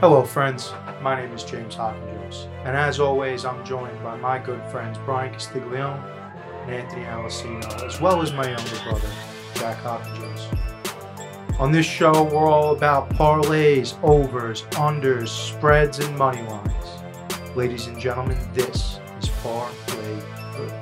Hello, friends. My name is James Hopkins, and as always, I'm joined by my good friends Brian Castiglione and Anthony Alessino, as well as my younger brother, Jack Hopkins. On this show, we're all about parlays, overs, unders, spreads, and money lines. Ladies and gentlemen, this is Parlay Group.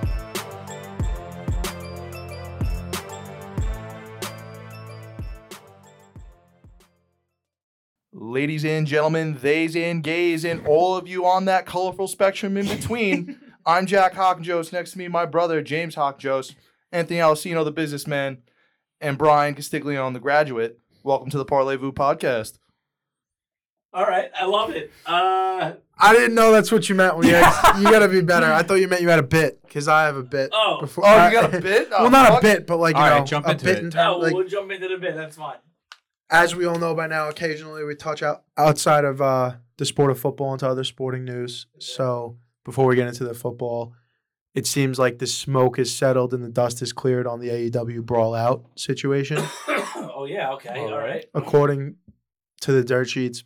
ladies and gentlemen, theys and gays, and all of you on that colorful spectrum in between. I'm Jack Hawkinjost. Next to me, my brother, James Hawkinjost, Anthony Alessino, the businessman, and Brian Castiglione, the graduate. Welcome to the Parlay Vu podcast. All right, I love it. Uh, I didn't know that's what you meant. When you, had, you gotta be better. I thought you meant you had a bit because I have a bit. Oh. before, Oh, I- you got a bit? Oh, Uh, well, not fuck. a bit, but like you All know, right, jump a into bit it. in no, term- like, oh, we'll jump into the bit. That's fine. as we all know by now, occasionally we touch out outside of uh, the sport of football into other sporting news. So before we get into the football, it seems like the smoke is settled and the dust is cleared on the AEW brawl out situation. oh yeah. Okay. All right. According to the dirt sheets,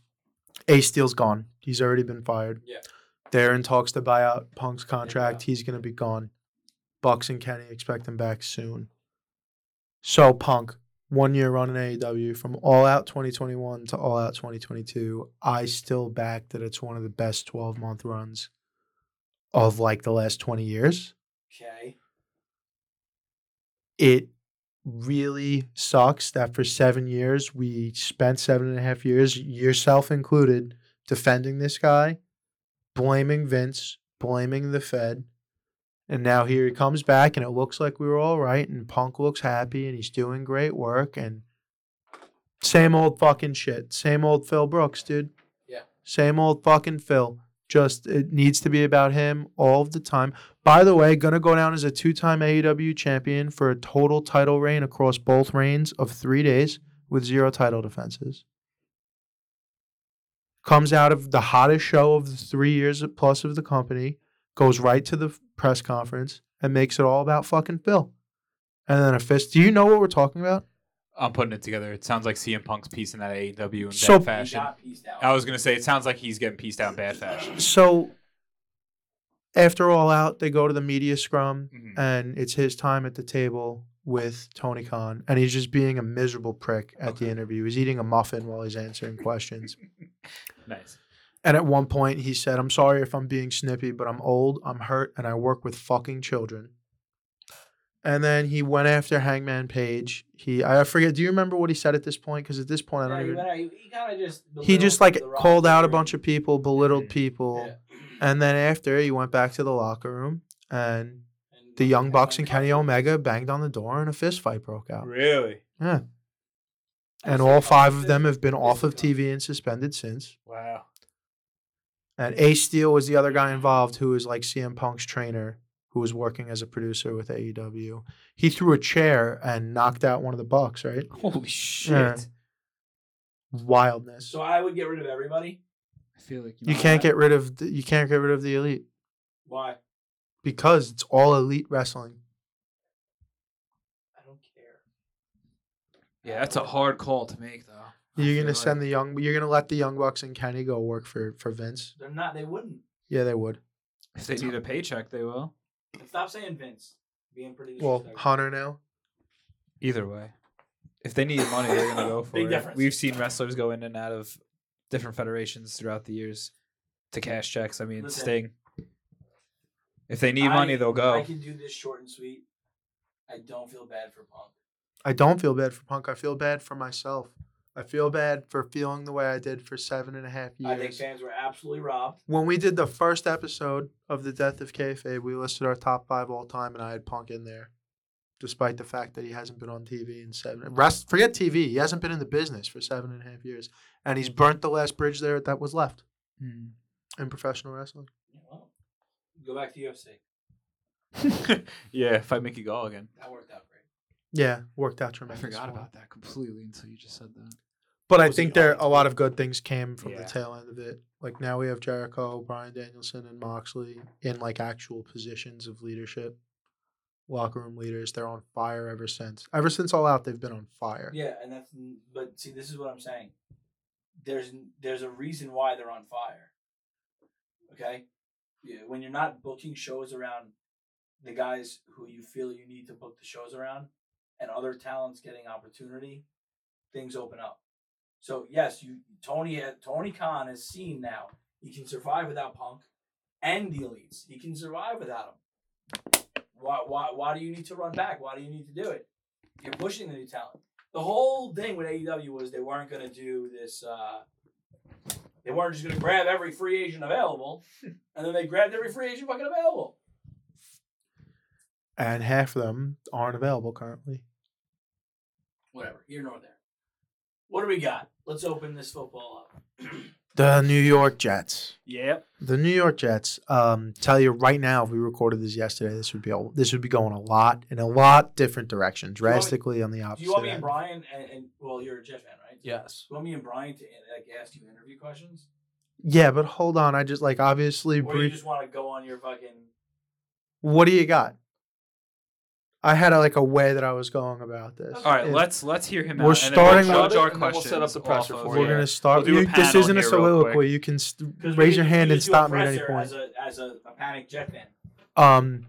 Ace Steel's gone. He's already been fired. Yeah. They're in talks to buy out Punk's contract. He's gonna be gone. Bucks and Kenny expect him back soon. So Punk, one year run in AEW from All Out 2021 to All Out 2022. I still back that it's one of the best 12 month runs of like the last 20 years Okay. it really sucks that for seven years we spent seven and a half years, yourself included, defending this guy, blaming Vince, blaming the Fed. And now here he comes back, and it looks like we were all right, and Punk looks happy, and he's doing great work, and same old fucking shit. Same old Phil Brooks, dude. Yeah. Same old fucking Phil. Just it needs to be about him all of the time. By the way, gonna go down as a two-time AEW champion for a total title reign across both reigns of three days with zero title defenses. Comes out of the hottest show of the three years plus of the company, goes right to the press conference and makes it all about fucking Phil. And then a fist. Do you know what we're talking about? I'm putting it together. It sounds like CM Punk's piecing out AEW in So- bad He fashion. got pieced out. I was gonna say it sounds like he's getting pieced out in bad fashion. So after all out, they go to the media scrum Mhm. and it's his time at the table with Tony Khan and he's just being a miserable prick at the interview. He's eating a muffin while he's answering questions. Nice. And at one point he said, "I'm sorry if I'm being snippy, but I'm old, I'm hurt, and I work with fucking children." And then he went after Hangman Page. He I forget, do you remember what he said at this point cuz at this point I don't Yeah, he even went out- he, he kind of just he just like belittled the called out a roster. bunch of people, belittled people. Yeah. And then after he went back to the locker room and And the Young Bucks and Kenny Kenny Omega banged on the door and a fist fight broke out. Really? Yeah. And That's all like five fist- of them have been off of fisticuffs. TV and suspended since. Wow. And Ace Steel was the other guy involved who was like CM Punk's trainer who was working as a producer with AEW. He threw a chair and knocked out one of the Bucks, right? Holy shit. Yeah. Wildness. So I would get rid of everybody. I feel like You can't get rid of the, you can't get rid of the elite Why? because it's all elite wrestling. I don't care. Yeah, that's a hard call to make though. I You're gonna feel send like- the young. You're gonna let the young bucks and Kenny go work for for Vince. They're not. They wouldn't. Yeah, they would. if they need a paycheck, they will. And stop saying Vince. Being pretty. Well, disrespectful. Hunter now. Either way. If they need money, they're gonna go for Big it. difference. We've seen wrestlers go in and out of different federations throughout the years to cash checks. I mean, Listen. Sting. If they need money, I- they'll go. I can do this short and sweet. I don't feel bad for Punk. I don't feel bad for Punk. I feel bad for myself. I feel bad for feeling the way I did for seven and a half I think years. fans were absolutely robbed. When we did the first episode of the death of kayfabe, we listed our top five all time, and I had Punk in there, despite the fact that he hasn't been on TV in seven. Rest, forget TV. He hasn't been in the business for seven and a half years, and he's burnt the last bridge there that was left Hmm. in professional wrestling. Yeah, well, go back to UFC. yeah, fight Mickey Gall again. That worked out great. Yeah, worked out I tremendously. forgot about that completely until you just said that. But I Was he think there on a lot of good things came from the Yeah. tail end of it. Like now we have Jericho, Brian Danielson, and Moxley in like actual positions of leadership, locker room leaders. They're on fire ever since. Ever since All Out, they've been on fire. Yeah, and that's. But see, this is what I'm saying. there's there's a reason why they're on fire. Okay, yeah, when you're not booking shows around the guys who you feel you need to book the shows around, and other talents getting opportunity, things open up. So yes, you Tony uh, Tony Khan is seen now. He can survive without Punk and the elites. He can survive without him. Why why why do you need to run back? Why do you need to do it? You're pushing the new talent. The whole thing with AEW was they weren't gonna do this uh they weren't just gonna grab every free agent available, and then they grabbed every free agent fucking available. and half of them aren't available currently. Whatever, here nor there. What do we got? Let's open this football up. The New York Jets. Yep. The New York Jets. Um, tell you right now, if we recorded this yesterday, this would be a, this would be going a lot in a lot different directions, you want me- drastically on the opposite. Do you want me and end. Brian and, and well, you're a Jet fan, right? Yes. Do you want me and Brian to like ask you interview questions? Yeah, but hold on. I just like obviously Or you brief. just want to go on your fucking What do you got? I had a, like a way that I was going about this. All right, If- let's let's hear him. We're out, starting and then we'll with- judge our and then we'll questions. set up the presser off of- for We're yeah. gonna start. We'll do a you- this panel isn't a here real soliloquy. You can st- 'Cause we raise your hand can- we can and do a stop me at any presser point. As a as a, a panic jet fan, Um,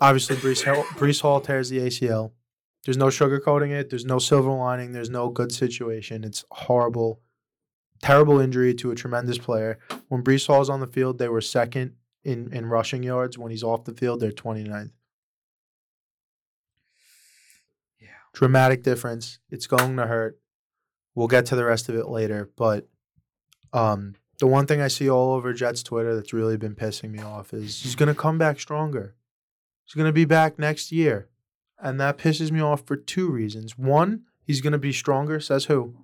obviously, Brees Hall, Brees Hall tears the ACL. There's no sugarcoating it. There's no silver lining. There's no good situation. It's horrible, terrible injury to a tremendous player. When Brees Hall's on the field, they were second in, in rushing yards. When he's off the field, they're 29th. Yeah. Dramatic difference. It's going to hurt. We'll get to the rest of it later. But um, the one thing I see all over Jets Twitter that's really been pissing me off is he's Mm-hmm. going to come back stronger. He's going to be back next year. And that pisses me off for two reasons. One, he's going to be stronger, says who?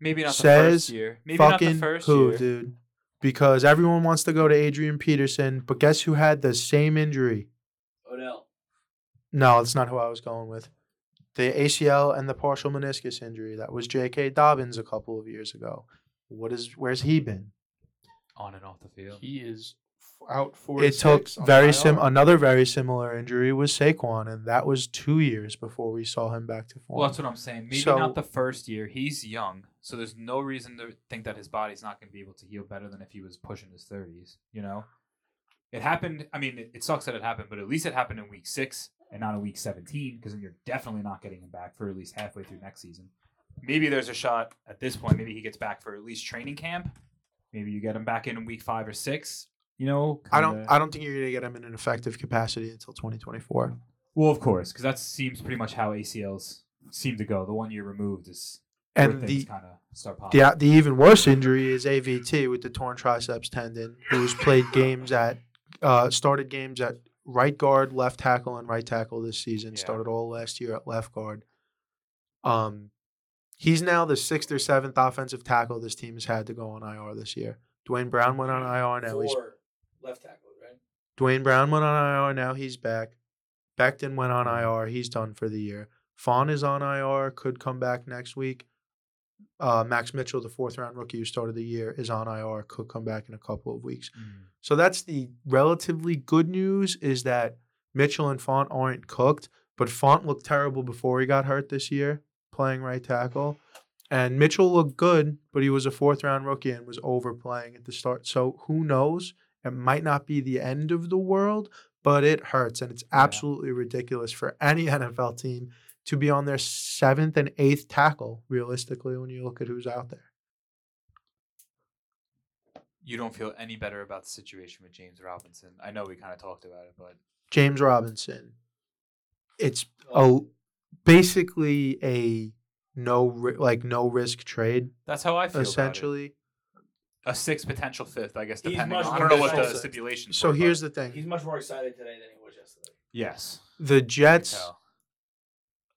Maybe not the Says first year. Maybe not Fucking the first who, year. dude? Because everyone wants to go to Adrian Peterson, but guess who had the same injury? Odell. No, that's not who I was going with. The ACL and the partial meniscus injury. That was J.K. Dobbins a couple of years ago. What is where's he been? On and off the field. He is f- out for. it took very sim another very similar injury was Saquon, and that was two years before we saw him back to form. Well, that's what I'm saying. Maybe So- not the first year. He's young, so there's no reason to think that his body's not going to be able to heal better than if he was pushing his 30s. You know, it happened. I mean, it, it sucks that it happened, but at least it happened in week six and not in week 17, because then you're definitely not getting him back for at least halfway through next season. Maybe there's a shot at this point. Maybe he gets back for at least training camp. Maybe you get him back in week five or six. You know, I don't kinda- I don't think you're gonna get him in an effective capacity until 2024. well, of course, because that seems pretty much how ACLs seem to go. The one year removed is where And the things kind of start popping. the the even worse injury is AVT with the torn triceps tendon, who's played games at uh, started games at right guard, left tackle, and right tackle this season. Yeah. Started all last year at left guard. Um, he's now the sixth or seventh offensive tackle this team has had to go on IR this year. Dwayne Brown went on IR now. He's Four left tackle, right? Dwayne Brown went on IR. Now he's back. Becton went on IR. He's done for the year. Fawn is on IR. Could come back next week. Uh, Max Mitchell, the fourth round rookie who started the year, is on IR. Could come back in a couple of weeks. Mm. So that's the relatively good news is that Mitchell and Font aren't cooked, but Font looked terrible before he got hurt this year playing right tackle. And Mitchell looked good, but he was a fourth round rookie and was overplaying at the start. So who knows? It might not be the end of the world, but it hurts. And it's absolutely ridiculous for any NFL team to be on their seventh and eighth tackle, realistically, when you look at who's out there. you don't feel any better about the situation with James Robinson. I know we kind of talked about it, but James Robinson. It's Oh. a basically a no ri- like no risk trade that's how I feel. Essentially, essentially. a six potential fifth, I guess, He's depending. much on, I don't know more what the expensive. stipulations. So were, here's but- the He's thing: much more excited today than he was yesterday. yes. the I can Jets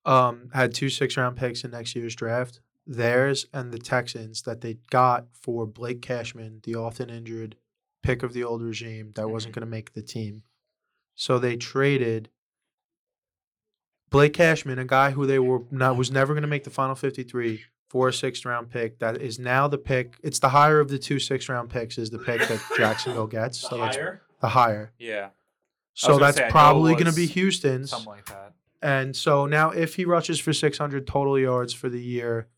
tell. um had two six round picks in next year's draft. Theirs and the Texans that they got for Blake Cashman, the often injured pick of the old regime that wasn't Mm-hmm. going to make the team. So they traded Blake Cashman, a guy who they were not was never going to make the final 53 for a sixth round pick. That is now the pick. It's the higher of the two sixth round picks is the pick that Jacksonville gets. The So that's higher, the higher. Yeah, So gonna that's say, I know it probably going to be was Houston's. something like that. And so now if he rushes for 600 total yards for the year,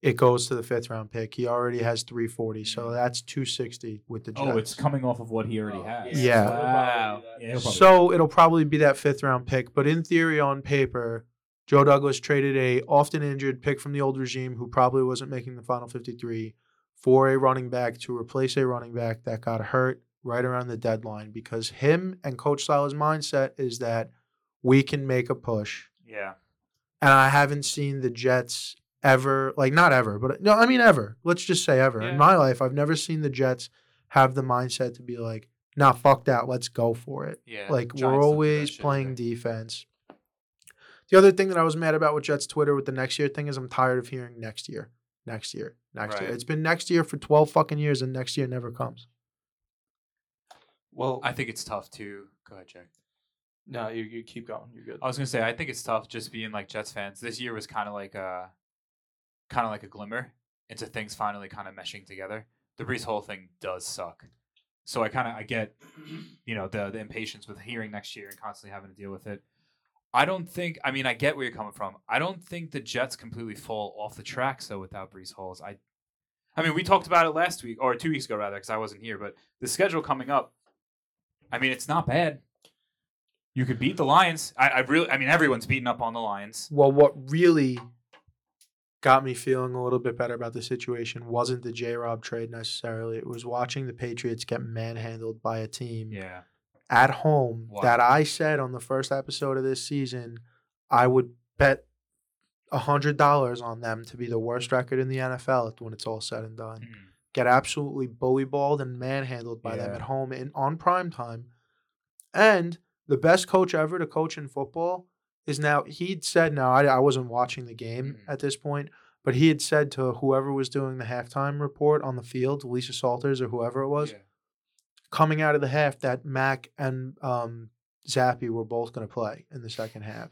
it goes to the fifth round pick. He already has 340, so that's 260 with the Jets. Oh, it's coming off of what he already Oh, has. yeah. Yeah. Wow. Probably do that. Yeah, he'll probably- So it'll probably be that fifth round pick. But in theory, on paper, Joe Douglas traded a often injured pick from the old regime who probably wasn't making the final 53 for a running back to replace a running back that got hurt right around the deadline because him and Coach Sala's mindset is that we can make a push. yeah. And I haven't seen the Jets ever, like not ever, but no, I mean ever. Let's just say ever. Yeah. In my life, I've never seen the Jets have the mindset to be like, nah, fuck that. Let's go for it. Yeah. Like Giants don't do we're that always shit playing either. defense. The other thing that I was mad about with Jets Twitter with the next year thing is I'm tired of hearing next year, next year, next year. Right. It's been next year for 12 fucking years and next year never comes. Well, I think it's tough too. Go ahead, Jack. no, you, you keep going. You're good. I was gonna say I think it's tough just being like Jets fans. This year was kind of like a, kind of like a glimmer into things finally kind of meshing together. The Brees whole thing does suck, so I kind of I get, you know, the the impatience with hearing next year and constantly having to deal with it. I don't think. I mean, I get where you're coming from. I don't think the Jets completely fall off the tracks though without Brees Halls. I, I mean, we talked about it last week or two weeks ago rather because I wasn't here. But the schedule coming up, I mean, it's not bad. You could beat the Lions. I, I really. I mean, everyone's beating up on the Lions. Well, what really got me feeling a little bit better about the situation wasn't the J Rob trade necessarily. It was watching the Patriots get manhandled by a team Yeah. at home Wow. that I said on the first episode of this season, I would bet hundred dollars on them to be the worst record in the NFL when it's all said and done. Mm. Get absolutely bully balled and manhandled by them Yeah. at home in on prime time. And the best coach ever to coach in football is now he'd said now I, I wasn't watching the game Mhm. at this point, but he had said to whoever was doing the halftime report on the field, Lisa Salters or whoever it was, Yeah. coming out of the half that Mac and um, Zappy were both going to play in the second half.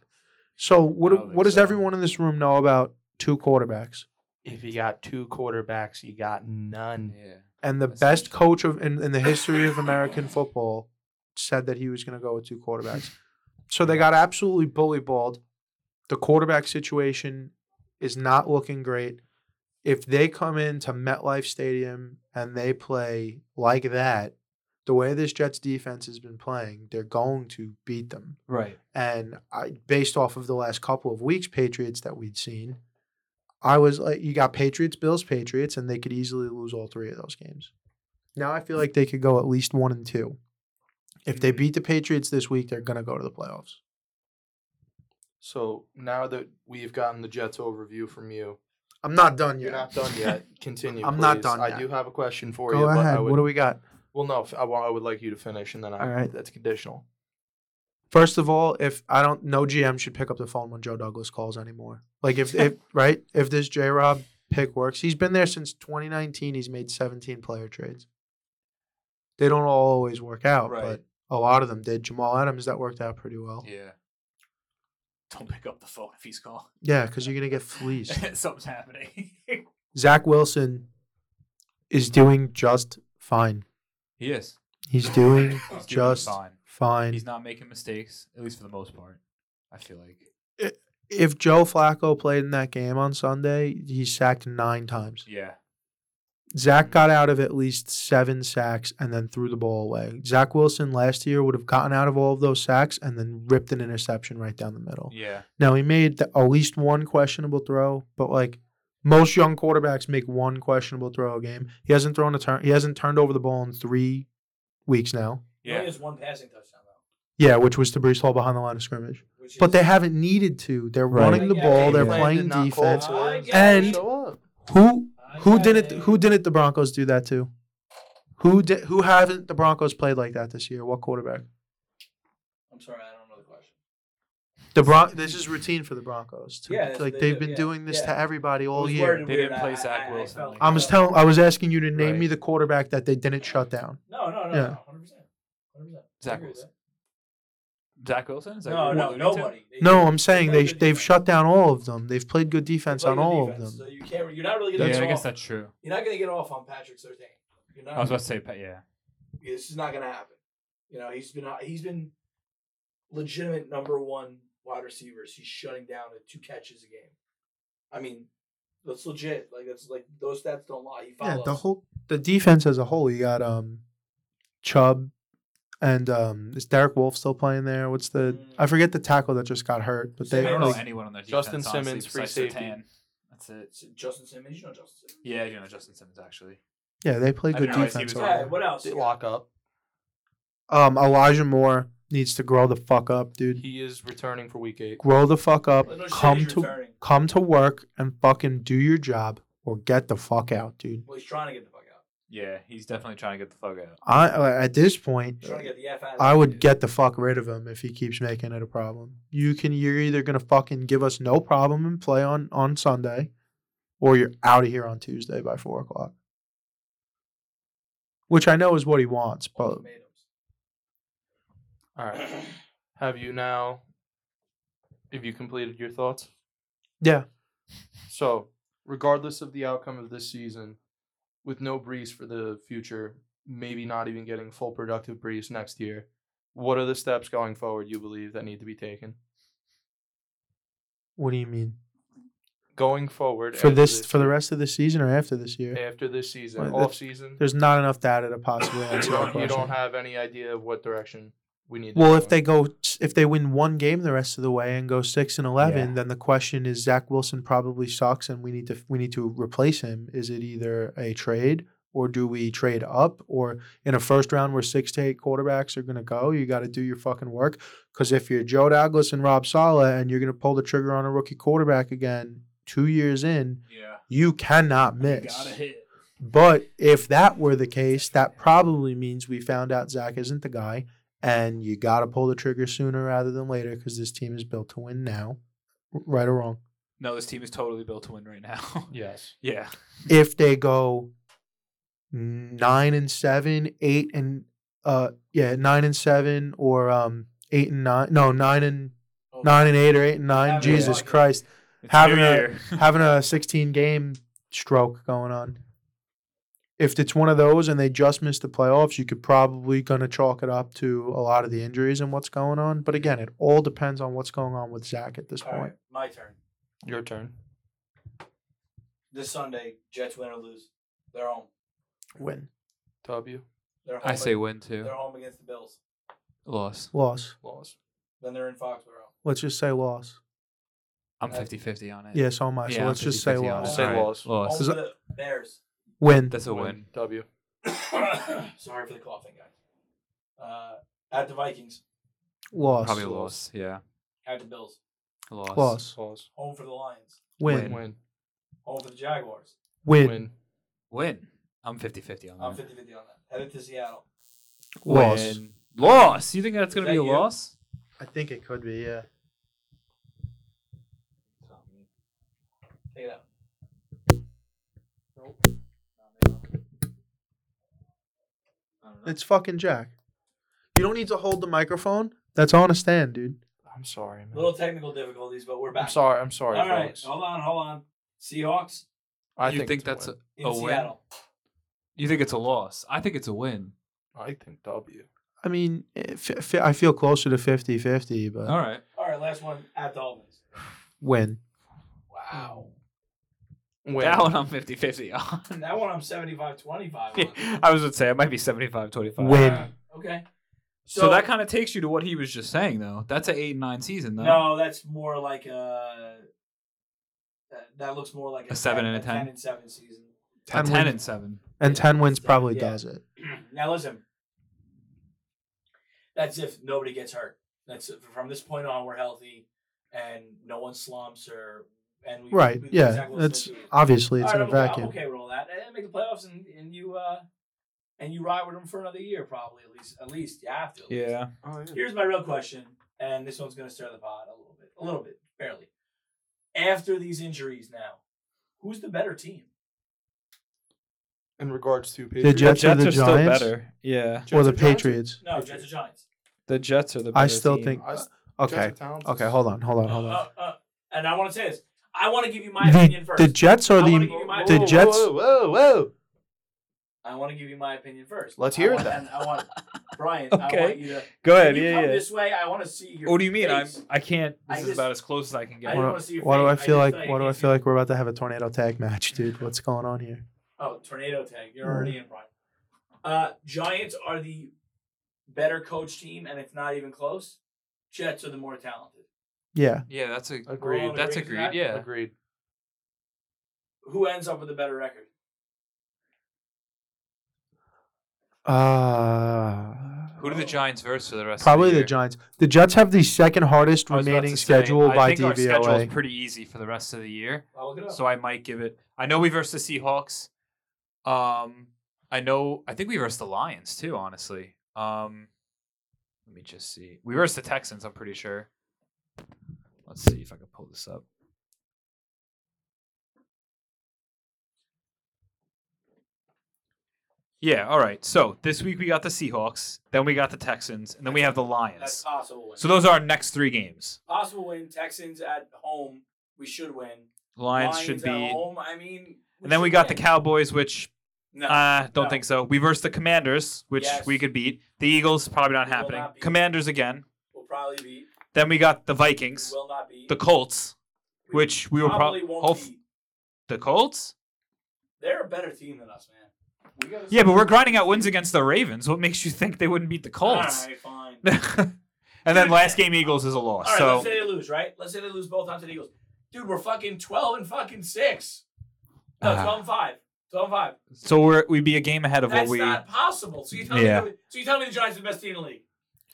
So what I do- don't think what does so. everyone in this room know about two quarterbacks? If you got two quarterbacks, you got none. Yeah. And the That's best interesting. coach of in, in the history of American football said that he was going to go with two quarterbacks. So they got absolutely bully balled. The quarterback situation is not looking great. If they come into MetLife Stadium and they play like that, the way this Jets defense has been playing, they're going to beat them. Right. And I, based off of the last couple of weeks, Patriots that we'd seen, I was like, you got Patriots, Bills, Patriots, and they could easily lose all three of those games. Now I feel like they could go at least one and two. If they Mhm. beat the Patriots this week, they're going to go to the playoffs. So now that we've gotten the Jets overview from you, I'm not done you're yet. not done yet. Continue. I'm not please. done I yet. do have a question for Go you. but ahead. I would, what do we got? well, no, I, wa- I would like you to finish, and then I, All right. that's conditional. First of all, if I don't, no GM should pick up the phone when Joe Douglas calls anymore. Like if, if right, if this J Rob pick works, he's been there since 2019. He's made 17 player trades. They don't all always work out, Right. but a lot of them did. Jamal Adams that worked out pretty well. Yeah. Don't pick up the phone if he's calling. Yeah, because you're gonna get fleeced. Something's happening. Zach Wilson is doing just fine. he is. He's doing He's doing just fine. fine. He's not making mistakes, at least for the most part. I feel like. if Joe Flacco played in that game on Sunday, he sacked nine times. Yeah. Zach got out of at least seven sacks and then threw the ball away. Zach Wilson last year would have gotten out of all of those sacks and then ripped an interception right down the middle. Yeah. Now he made the, at least one questionable throw, but like most young quarterbacks make one questionable throw a game. He hasn't thrown a turn. He hasn't turned over the ball in three weeks now. He only has one passing touchdown though. Yeah, which was to Brees Hall behind the line of scrimmage. Which But is- they haven't needed to. They're Right. running the Yeah, ball. game They're plan playing defense. call for it. And- Who I Who got didn't it. Who didn't the Broncos do that to? Who did Who haven't the Broncos played like that this year? What quarterback? I'm sorry, I don't know the question. The Bron- This is routine for the Broncos. To, Yeah, that's like what they they have do, been yeah, doing this yeah. to everybody all Who's year. worried They we didn't were play not- Zach I- I Wilson. felt- I was telling. I was asking you to name Right. me the quarterback that they didn't shut down. No, no, Yeah. no, no, hundred percent, hundred percent. Zach Wilson. Zach Wilson? Is that No, what you're no, alluding to? nobody. They- No, they I'm saying play they good they've defense. shut down all of them. They've played good They defense play on good all defense, of So them. you can't. You're not really gonna. Yeah, get I guess off- that's true. You're not gonna get off on Patrick Sertain. You're not. I was about to say, pa- yeah. this is not gonna happen. You know, he's been he's been legitimate number one wide receivers. He's shutting down at two catches a game. I mean, That's legit. Like that's like those stats don't lie. He Yeah, follows. the whole the defense as a whole, you got um Chubb and um is Derek Wolf still playing there? What's the Mm. I forget the tackle that just got hurt, but I they don't know like, anyone on their defense. Justin honestly, Simmons, free besides safety. Surtain. That's it. S- Justin Simmons, you know Justin Simmons. Yeah, you know Justin Simmons actually. yeah, they play I good didn't realize he defense. was- over Yeah, there. what else? They lock up. Um Elijah Moore needs to grow the fuck up, dude. He is returning for week eight. Grow the fuck up. Well, no shit, Come he's to returning. come to work and fucking do your job or get the fuck out, dude. Well, he's trying to get the fuck out. Yeah, he's definitely trying to get the fuck out. I uh, at this point He's trying to get the f out. of I there. would get the fuck rid of him if he keeps making it a problem. You can you're either gonna fucking give us no problem and play on on Sunday, or you're out of here on Tuesday by four o'clock. Which I know is what he wants, but Ultimatums. All right. Have you now? Have you completed your thoughts? yeah, So, regardless of the outcome of this season, with no Brees for the future, maybe not even getting full productive Brees next year, what are the steps going forward you believe that need to be taken? what do you mean Going forward for after this for the year- rest of the season or after this year? after this season, Well, off season, There's not enough data to possibly you answer that don't, you don't question. have any idea of what direction we need. to Well, go if in. they go if they win one game the rest of the way and go six and eleven, Yeah. then the question is Zach Wilson probably sucks and we need to we need to replace him. Is it either a trade or do we trade up or in a first round where six to eight quarterbacks are gonna go, you gotta do your fucking work. Cause if you're Joe Douglas and Rob Sala and you're gonna pull the trigger on a rookie quarterback again two years in, Yeah, you cannot miss. hit. But if that were the case, that probably means we found out Zach isn't the guy, and you got to pull the trigger sooner rather than later because this team is built to win now, r- right or wrong. No, this team is totally built to win right now. yes, yeah. If they go nine and seven, eight and uh, yeah, nine and seven or um eight and nine, no nine and Oh, nine and eight or eight and nine, Haven't Jesus won. Christ, It's Having new a- year. having a 16 game stroke going on. If it's one of those and they just miss the playoffs, you could probably gonna chalk it up to a lot of the injuries and what's going on. But again, it all depends on what's going on with Zach at this All point. right, my turn. your turn. This Sunday, Jets win or lose, they're home. Win, W They're home I say ag- win too. they're home against the Bills. Loss. loss. laws. Then they're in Foxborough. Let's just say loss. I'm Uh, 50-50 on it. Yeah, so much. Yeah, so I'm let's just say 50-50 on loss. it. Say Alright, loss. Home Loss. for Is it- the Bears. Win. That's a win. W Sorry for the coughing, guys. Uh, at the Vikings, Loss. Probably a loss. Yeah. at the Bills, Loss. Loss. laws. home for the Lions, Win. Win. home for the Jaguars. Win. Win. Win. I'm 50-50 on that. I'm 50 50 on that. Headed to Seattle. Loss. Win. Loss. You think that's going Is to that be a you? loss? I think it could be. Yeah. Take it out. It's fucking Jack. You don't need to hold the microphone. That's on a stand, dude. I'm sorry, man. Little technical difficulties, but we're back. I'm sorry. I'm sorry, All right, folks. hold on, hold on. Seahawks I you think, it's that's a a, win. in a Oh, win? Seattle. You think it's a loss? I think it's a win. I think W. I mean, if, if- I feel closer to 50 50, but All right. All right, last one at Dolphins. win. Wow. Win. That one I'm 50-50 on. That one I'm 75 25 on. I was going to say, it might be 75-25. Win. Okay. So, that kind of takes you to what he was just saying, though. That's an 8 and 9 season, though. No, that's more like a. That, that looks more like A seven and a 10? and seven season. A 10 10 wins. and 7. And 10 wins Yeah. probably Yeah. does it. now listen. That's if nobody gets hurt. That's from this point on we're healthy, and no one slumps or and we Right. we- Yeah. Zach Wilson That's will do it. obviously it's All in right, a I'm okay- vacuum. I'm okay with all that. And make the playoffs, and, and you uh, and you ride with them for another year, probably at least. At least you have to. at least. Yeah. Oh, yeah. Here's my real question, and this one's gonna stir the pot a little bit, a little bit, barely. After these injuries, now, who's the better team? In regards to The Patriots, Jets, or the Giants Yeah. or the Jets Giants? Patriots. No, Jets or Giants. The Jets are the I still think. I s- Okay. Jets are talented. Okay. Hold on. Hold on. Uh, Hold on. uh, uh, and I want to say this. I want to give you my The, opinion first. the Jets are I wanna the. give you my The opinion. Jets. Whoa, whoa, whoa! I want to give you my opinion first. Let's I hear it want- then. And I want Brian. I Okay. want you to. Go When ahead. you Yeah, come yeah. this way. I want to see your. What do you mean? I'm face. I can't. I This is just- about as close as I can get. I I, don't Why wanna see do, your why do face. I I feel just like like- why do I feel like we're about to have a tornado tag match, dude? What's going on here? Oh, tornado tag. You're Mm. already in, Brian. Uh, Giants are the better coach team, and it's not even close. Jets are the more talented. Yeah, yeah, that's a Agreed. agreed. That's Agreed to agreed. that? Yeah. Agreed. Who ends up with a better record? uh, Who Oh. do the Giants verse for the rest? probably of the the, year? Giants. The Jets have the second hardest I was about remaining to say, schedule by I think Our schedule is DVOA. pretty easy for the rest of the year, I'll look it up. so I might give it. I know we versed the Seahawks. Um, I know. I think we versed the Lions too. Honestly, um, let me just see. We versed the Texans. I'm pretty sure. Let's see if I can pull this up. Yeah, all right. So this week we got the Seahawks, then we got the Texans, and then we have the That's Lions. possible win. So those are our next three games. possible win. Texans at home. We should win. Lions, should at be. home. I mean, And then we should got the win. Cowboys, which No, uh, don't no. think so. We versed the Commanders, which Yes. we could beat. The Eagles, probably not We will happening. not beat. Commanders again. we'll probably beat. Then we got the We Vikings, will not beat. the Colts, We which we were probably probably won't beat. the Colts. They're a better team than us, man. We gotta Yeah, but we're grinding out wins against the Ravens. What makes you think they wouldn't beat the All Colts? right, fine. and then last game Eagles is a All loss. right, so let's say they lose, right? Let's say they lose both times to the Eagles. Dude, we're fucking 12 and fucking 6. No, Ah. 12 and 5. 12 and 5. so we're we'd be a game ahead of That's what we. not possible. So you tell Yeah. me so you tell me the Giants are the best team in the league.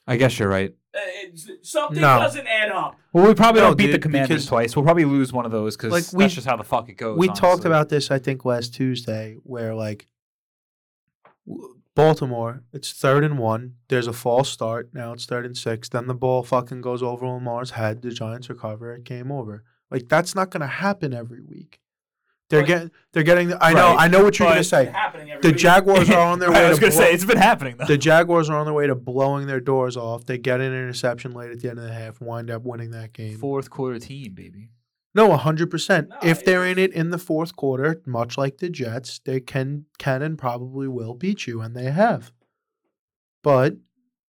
I guess you're right. Uh, it's- something No. doesn't add up. Well, we probably No, don't beat the dude, Commanders because- twice. We'll probably lose one of those because Like, we- that's just how the fuck it goes. We talked honestly. about this, I think, last Tuesday, where like w- Baltimore, it's third and one. There's a false start. Now it's third and six. Then the ball fucking goes over Lamar's head. The Giants recover. It came over. Like that's not gonna happen every week. They're But- getting. They're getting. The, I know. Right, I know what you're gonna but- It's say. happening every The week. Jaguars are on their way. I was to gonna blow- say it's been happening though. the Jaguars are on their way to blowing their doors off. They get an interception late at the end of the half, wind up winning that game. Fourth quarter team, baby. No, 100%. No, if they're it's- in it in the fourth quarter, much like the Jets, they can can and probably will beat you and they have. But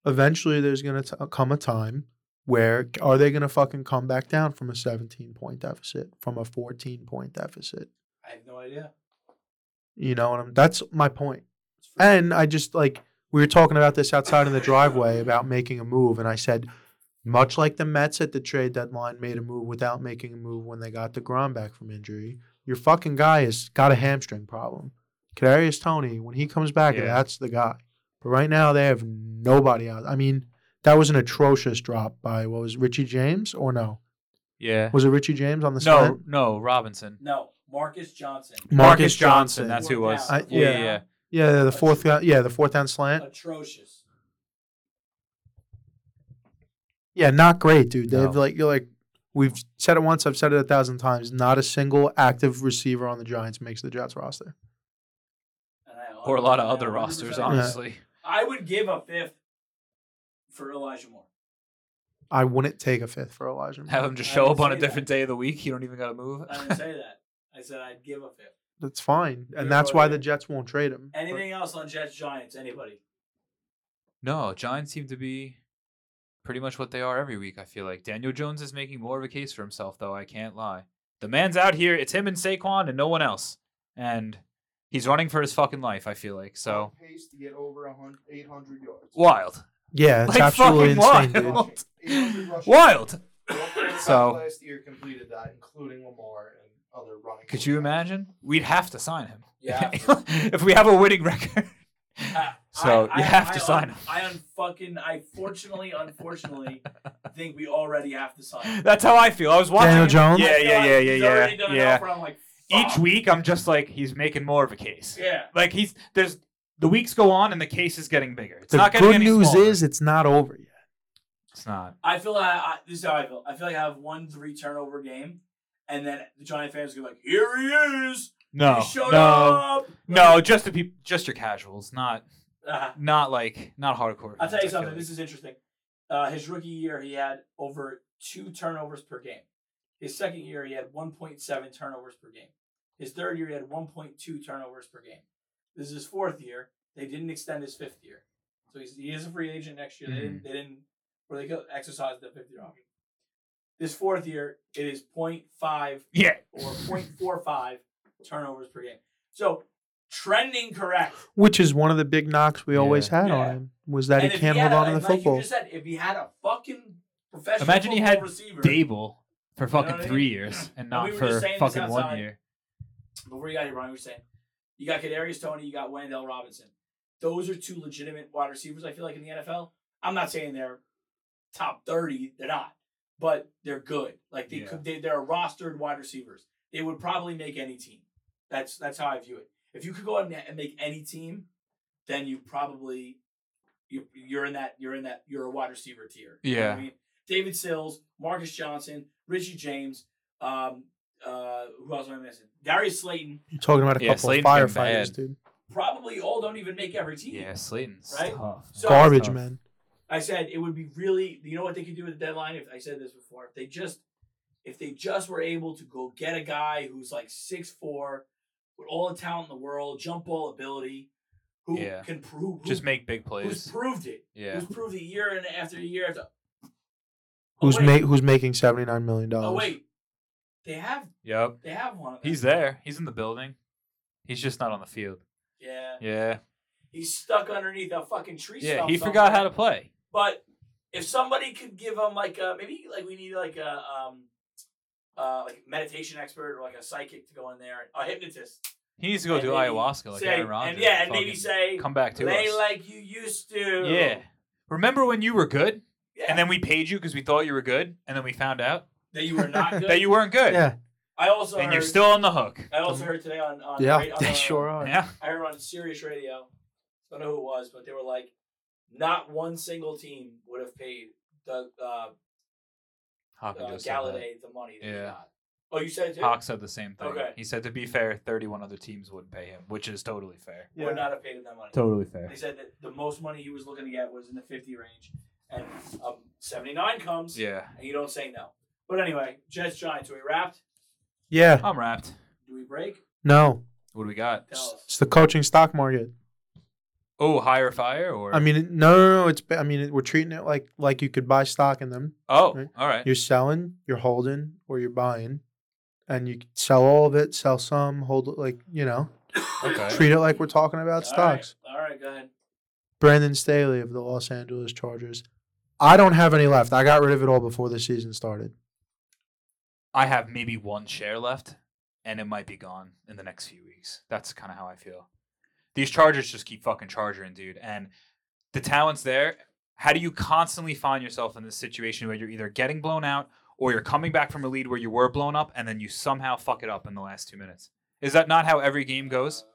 eventually there's going to come a time where are they going to fucking come back down from a 17 point deficit, from a 14 point deficit? I have no idea. You know what I'm That's my point. It's Eh. freaking- And I just like we were talking about this outside in the driveway about making a move, and I said, much like the Mets at the trade deadline made a move without making a move when they got Degrom back from injury, your fucking guy has got a hamstring problem. Kadarius Tony, when he comes back, Yeah. that's the guy. But right now they have nobody out. I mean, that was an atrocious drop by what was it, Richie James or no? Yeah. Was it Richie James on the No, slant? no, Robinson. no, Marcus Johnson. Marcus Johnson. That's who it was. I- yeah, yeah. yeah, yeah. Yeah, the fourth guy. Yeah, the fourth down Eh. slant. Atrocious. Yeah, not great, dude. They've No. like you're like we've said it once, I've said it a thousand times. Not a single active receiver on the Giants makes the Jets roster. And I- Or a lot of I other 100% rosters, agree. honestly. I would give a fifth for Elijah Moore. I wouldn't take a fifth for Elijah. Moore. Have him just I show would up on a say that. different day of the week. You don't even got to move. I didn't say that. I said I'd give a fifth. That's fine, You're and that's why right. the Jets won't trade him. But Anything else on Jets Giants? Anybody? no, Giants seem to be pretty much what they are every week. I feel like Daniel Jones is making more of a case for himself, though. I can't lie. The man's out here. It's him and Saquon and no one else, and he's running for his fucking life. I feel like so Pace to get over 800 yards. wild, yeah, it's like absolutely fucking insane, dude. wild, wild. So- last year completed that, including Lamar and other running. Could you imagine? We'd have to sign him. Yeah. if we have a winning record. I- So I- you I- have I to sign un- him. I unfucking. I fortunately, unfortunately, think we already have to sign. him. That's how I feel. I was watching. Daniel him- Jones? Yeah, I feel yeah, like yeah, he's yeah, already done yeah, enough yeah. where I'm like, Each fuck. week, I'm just like, he's making more of a case. Yeah. Like he's there's the weeks go on and the case is getting bigger. It's The not getting good any news smaller. is it's not over yet. it's not. I feel like I, I, this is how I feel. I feel like I have one three turnover game, and then the Giant fans go like, "Here he is! No, he showed Oh, no, up!" no. Just the people, just your casuals, not Uh, not like not hardcore. I'll fans, tell I you feel something. like. This is interesting. Uh, his rookie year, he had over two turnovers per game. His second year, he had 1.7 turnovers per game. His third year, he had 1.2 turnovers per game. This is his fourth year. They didn't extend his fifth year, so he's, he is a free agent next year. They didn't. They didn't. Or they could exercise the fifth year option. This fourth year, it is 0.5 Yeah. or 0.45 turnovers per game. So trending correct. Which is one of the big knocks we always had on Yeah. him was that And he if can't had hold a- on to and the like football. You just said if he had a fucking professional Imagine he football had receiver Dable for know fucking what I three mean? years and And not we were for just saying this fucking one outside. year. before you got here, Brian, we were saying you got Kadarius Tony, you got Wendell Robinson. Those are two legitimate wide receivers. I feel like in the NFL. I'm not saying they're top thirty. They're not, but they're good. Like they Yeah. could, they, they're rostered wide receivers. They would probably make any team. That's that's how I view it. If you could go out and- and make any team, then you probably you you're in that you're in that you're a wide receiver tier. You know what Yeah. I mean, David Sills, Marcus Johnson, Richie James, um, uh, who else am I missing? Darius Slayton. You're talking about a Yeah, couple of Slayton's been firefighters, bad. dude. Probably all don't even make every team. Yeah, Slayton's Right? tough. So- Garbage tough. man. I said it would be really. You know what they could do at the deadline? If I said this before, if they just, if they just were able to go get a guy who's like six four, with all the talent in the world, jump ball ability, who Yeah. can prove, who, Just make big who's plays. proved it, Yeah. who's proved it year and after year after. Oh, Who's wait. ma- who's making seventy nine million dollars? Oh wait, they have Yep. they have one. Of them. He's there. He's in the building. He's just not on the field. Yeah, Yeah. he's stuck underneath a fucking tree. Yeah. stump He forgot somewhere. how to play. But if somebody could give them like a maybe like we need like a um uh like meditation expert or like a psychic to go in there, a hypnotist. He needs to go And do maybe ayahuasca like say, Aaron Rodgers. And yeah, and fucking maybe say come back to lay us. like you used to. yeah. Remember when you were good, Yeah. and then we paid you because we thought you were good, and then we found out that you were not good. that you weren't good. Yeah, I also And heard, you're still on the hook. I also heard today on on yeah, ra- on, they uh, sure are. Yeah. I heard on Sirius Radio. I don't know who it was, but they were like, not one single team would have paid the uh, uh, Hawk just said that. Galladay the money. That Yeah. He got. Oh, you said it too. Hawk said the same thing. Okay. He said, to be fair, 31 other teams wouldn't pay him, which is totally fair. Would not have paid him that money. Totally fair. They said that the most money he was looking to get was in the 50 range, and um, 79 comes, Yeah. and you don't say no. But anyway, Jets Giants, are we wrapped? Yeah, I'm wrapped. Do we break? no, What do we got? Tell us. it's the coaching stock market. Oh, higher fire or I mean, it- no, no, no. It's I mean, it- we're treating it like like you could buy stock in them. oh, right. all right. You're selling, you're holding, or you're buying, and you could sell all of it, sell some, hold it, like you know, Okay. treat it like we're talking All about right. stocks. All right, go ahead. Brandon Staley of the Los Angeles Chargers. I don't have any left. I got rid of it all before the season started. I have maybe one share left, and it might be gone in the next few weeks. That's kind of how I feel. These Chargers just keep fucking charging, dude. And the talent's there. How do you constantly find yourself in this situation where you're either getting blown out or you're coming back from a lead where you were blown up and then you somehow fuck it up in the last two minutes? Is that not how every game goes? Um,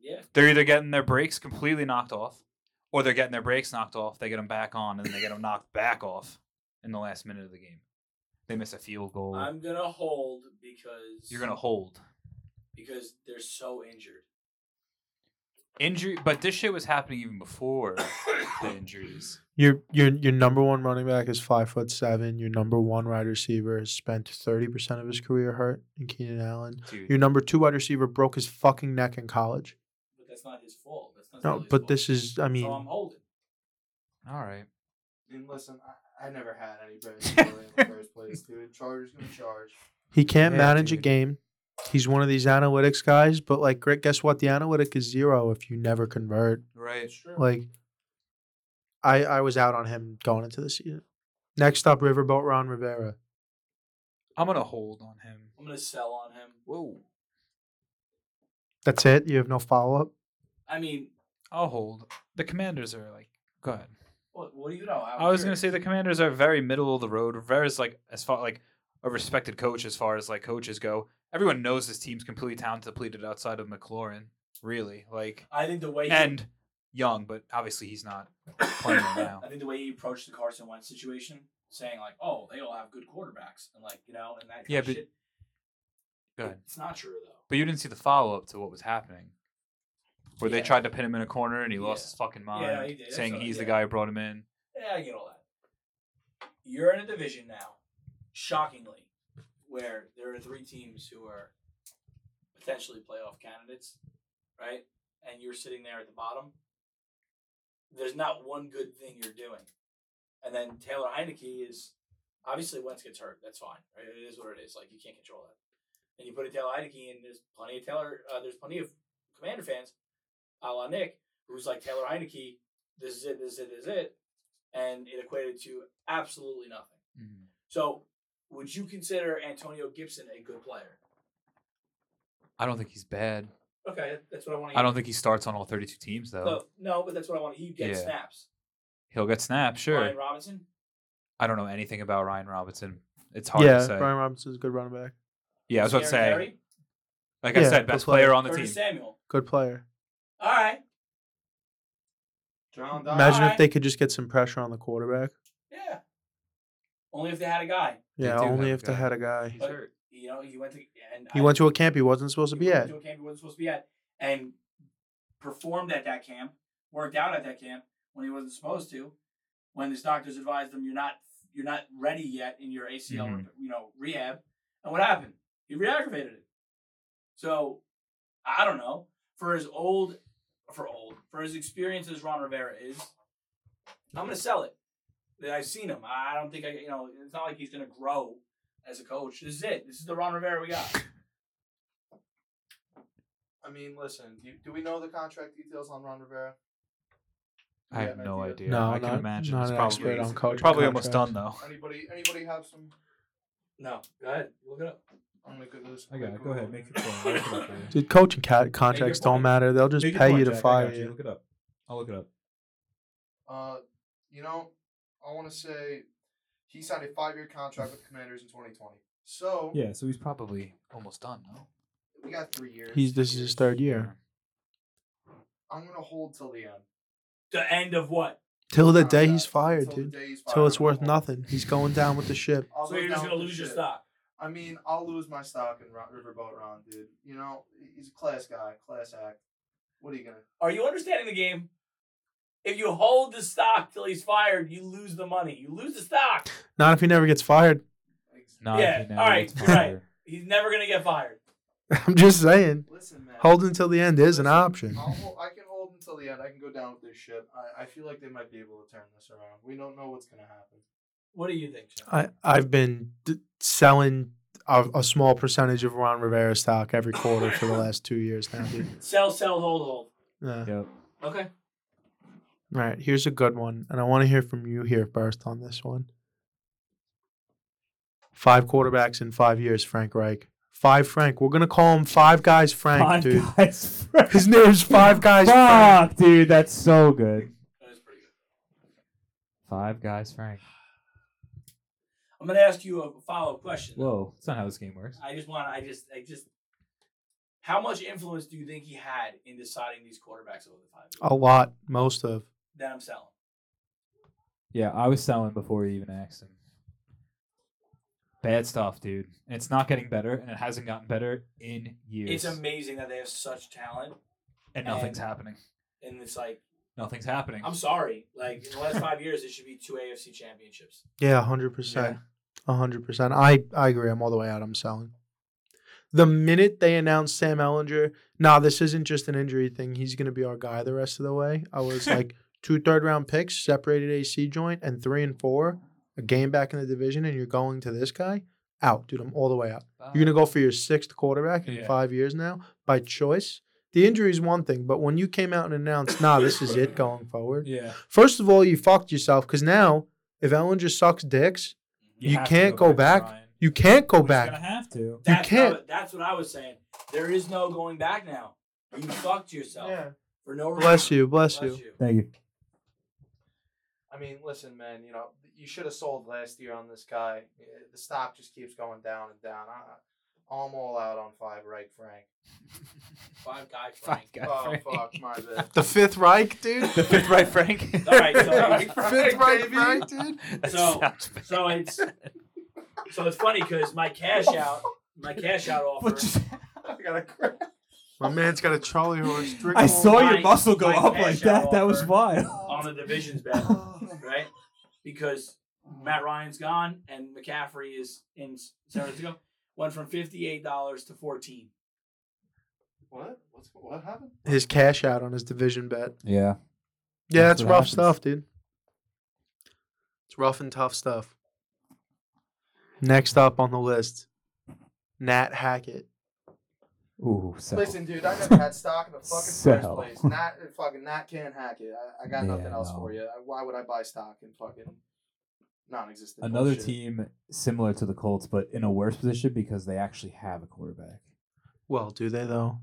yeah. they're either getting their brakes completely knocked off or they're getting their brakes knocked off they get them back on and then they get them knocked back off in the last minute of the game they miss a field goal I'm going to hold because you're gonna hold because they're so injured. injury but this shit was happening even before the injuries Your your your number one running back is five foot seven. Your number one wide receiver has spent thirty percent of his career hurt in Keenan Allen. Your dude number two wide receiver broke his fucking neck in college. But that's not his fault. That's not No, Staley's but fault. this is I So I'm mean holding. all right And listen, I, I never had any Brandon Staley in the first place, dude. Chargers gonna charge. he can't Yeah, manage a dude. game. He's one of these analytics guys, but like Greg, guess what? The analytic is zero if you never convert. right It's true. Like I I was out on him going into the season. Next up, Riverboat Ron Rivera. i'm gonna hold on him I'm going to sell on him. whoa That's it. You have no follow up. I mean, i'll hold the commanders are like go ahead what, what do you know? I'm I was gonna curious. say the Commanders are very middle of the road. Rivera's like as far like a respected coach as far as like coaches go. Everyone knows this team's completely talent depleted outside of McLaurin, really. Like I think the way he- and Young, but obviously he's not. playing right now. I think the way he approached the Carson Wentz situation, saying like, "Oh, they all have good quarterbacks," and like you know, and that kind Yeah, of but- shit. Go ahead. It's not true though. But you didn't see the follow up to what was happening, where they Yeah. tried to pin him in a corner and he lost Yeah. his fucking mind, Yeah, he did. That's saying what- he's the yeah. guy who brought him in. Yeah, I get all that. You're in a division now, shockingly, where there are three teams who are potentially playoff candidates, right? and you're sitting there at the bottom, there's not one good thing you're doing. And then Taylor Heineke is obviously Wentz gets hurt. That's fine. Right? It is what it is. Like you can't control that. And you put a Taylor Heineke, and there's plenty of Taylor. Uh, there's plenty of Commander fans, a la Nick, who's like Taylor Heineke. This is it. This is it. This is it. And it equated to absolutely nothing. Mm-hmm. Mhm. So, would you consider Antonio Gibson a good player? I don't think he's bad. Okay, that's what I want to. I don't think he starts on all 32 teams though. No, no, but that's what I want. He gets Yeah. snaps. He'll get snapped, sure. Brian Robinson. I don't know anything about Ryan Robinson. It's hard yeah, to say. Brian Robinson's a good running back, yeah, I was about to say. Aaron Perry, Like Yeah, I said, good best player. player on the team. Curtis Samuel. good player. All right. John Dobbs. Imagine Alright. if they could just get some pressure on the quarterback. Yeah. Only if they had a guy. They Yeah, do only have if a they guy. had a guy. But, You know, he went to and He went to a camp he wasn't supposed to be at. To a camp he wasn't supposed to be at, and performed at that camp, worked out at that camp when he wasn't supposed to. When his doctors advised him, "You're not, you're not ready yet in your ACL, Mhm. you know, rehab." And what happened? He reaggravated it. So, I don't know. For as old, for old, for as experienced as Ron Rivera is, I'm gonna sell it. That I've seen him. I I don't think I, you know, it's not like he's gonna grow as a coach. This is it. This is the Ron Rivera we got. I mean, listen, do, do we know the contract details on Ron Rivera? Do we I have no idea. No, I can not- imagine. not it's an probably, expert on it's coaching probably almost contracts. done though. Anybody anybody have some No, go ahead. Look it up. I'm gonna go this. I got it. Go ahead. Make your point. I'll look it up for you. Dude, coaching cat contracts don't point. matter. They'll just Make your pay point, you to Jack. I fire got you. you. Look it up. I'll look it up. Uh, you know, I want to say he signed a five-year contract with the Commanders in 2020. So Yeah, so he's probably Probably almost done. No. we got three years. He's two this is his years. third year. I'm gonna hold till the end. The end of what? Till the day Contract. he's fired, Till the dude. day he's Till fired, it's I'm worth gonna hold. nothing. He's going down with the ship. I'll so go you're just down gonna with the lose your ship. stock. I mean, I'll lose my stock in Ron, Riverboat Ron, dude. You know, he's a class guy, class act. What are you gonna? Are you understanding the game? If you hold the stock till he's fired, you lose the money. You lose the stock. Not if he never gets fired. No, Yeah, he never all right, gets you're right. fired. He's never gonna get fired. I'm just saying. Listen, man. Holding till the end is an option. I'll hold, I can hold until the end. I can go down with this ship. I, I feel like they might be able to turn this around. We don't know what's gonna happen. What do you think? Sean? I, I've been d- selling a, a small percentage of Ron Rivera stock every quarter for the last two years now, dude. Sell, sell, hold, Yeah. Yep. hold. Okay. All right, here's a good one, and I want to hear from you here first on this one. Five quarterbacks in five years, Frank Reich. Five Frank. We're gonna call him Five Guys Frank, dude. guys. His name's Five Guys Frank. Fuck, dude, that's so good. That is pretty good. Five guys, Frank. I'm gonna ask you a follow up question. Whoa, that's not how this game works. I just want. I just. I just. How much influence do you think he had in deciding these quarterbacks over the five? years? A lot, most of. Then I'm selling. Yeah, I was selling before you even asked him. Bad stuff, dude. And it's not getting better, and it hasn't gotten better in years. It's amazing that they have such talent, and nothing's and- happening. and it's like Nothing's happening. I'm sorry. Like in the last five years, it should be two AFC championships. Yeah, hundred percent. hundred percent. I I agree. I'm all the way out. I'm selling. The minute they announced Sam Ellinger, nah, this isn't just an injury thing. He's gonna be our guy the rest of the way. I was like two third round picks, separated AC joint, and three and four, a game back in the division, and you're going to this guy out, dude. I'm all the way out. Uh, You're gonna go for your sixth quarterback in Yeah. five years now by choice. The injury is one thing, but when you came out and announced, nah, this is it going forward. Yeah. First of all, you fucked yourself because now if Ellinger sucks dicks, You have to can't go back. to Ryan. you can't go He's back. Gonna have to. That's can't- Not, that's what I was saying. There is no going back now. You fucked yourself for no reason. Bless you, bless, you. Thank you. I mean, listen, man. You know, you should have sold last year on this guy. Eh, The stock just keeps going down and down. I, I'm all out on five, right, Frank? Five guy Frank. Five guys, oh Frank. fuck, my bad. The Fifth Reich, dude. The fifth right, Frank. All right, so- Fifth Reich, Frank, dude. That So- sounds bad. So it's so it's funny because my cash out, my cash out offer. What just- I gotta crack. My man's got a trolley horse. Drink I all saw night. your my- muscle go my up like cash that. out That was offer on wild. the divisions bet, right? Because Matt Ryan's gone and McCaffrey is in San Francisco. Went from fifty eight dollars to fourteen. What? What's what happened? His cash out on his division bet. Yeah. Yeah, That's it's what rough happens. stuff, dude. It's rough and tough stuff. Next up on the list, Nat Hackett. Ooh. So. Listen, dude, I never had stock in the fucking first So. place. Not eh, fucking not can hack it. I, I got nothing Yeah, else no. for you. Why would I buy stock in fucking non-existent? Another bullshit? team similar to the Colts, but in a worse position because they actually have a quarterback. Well, do they though?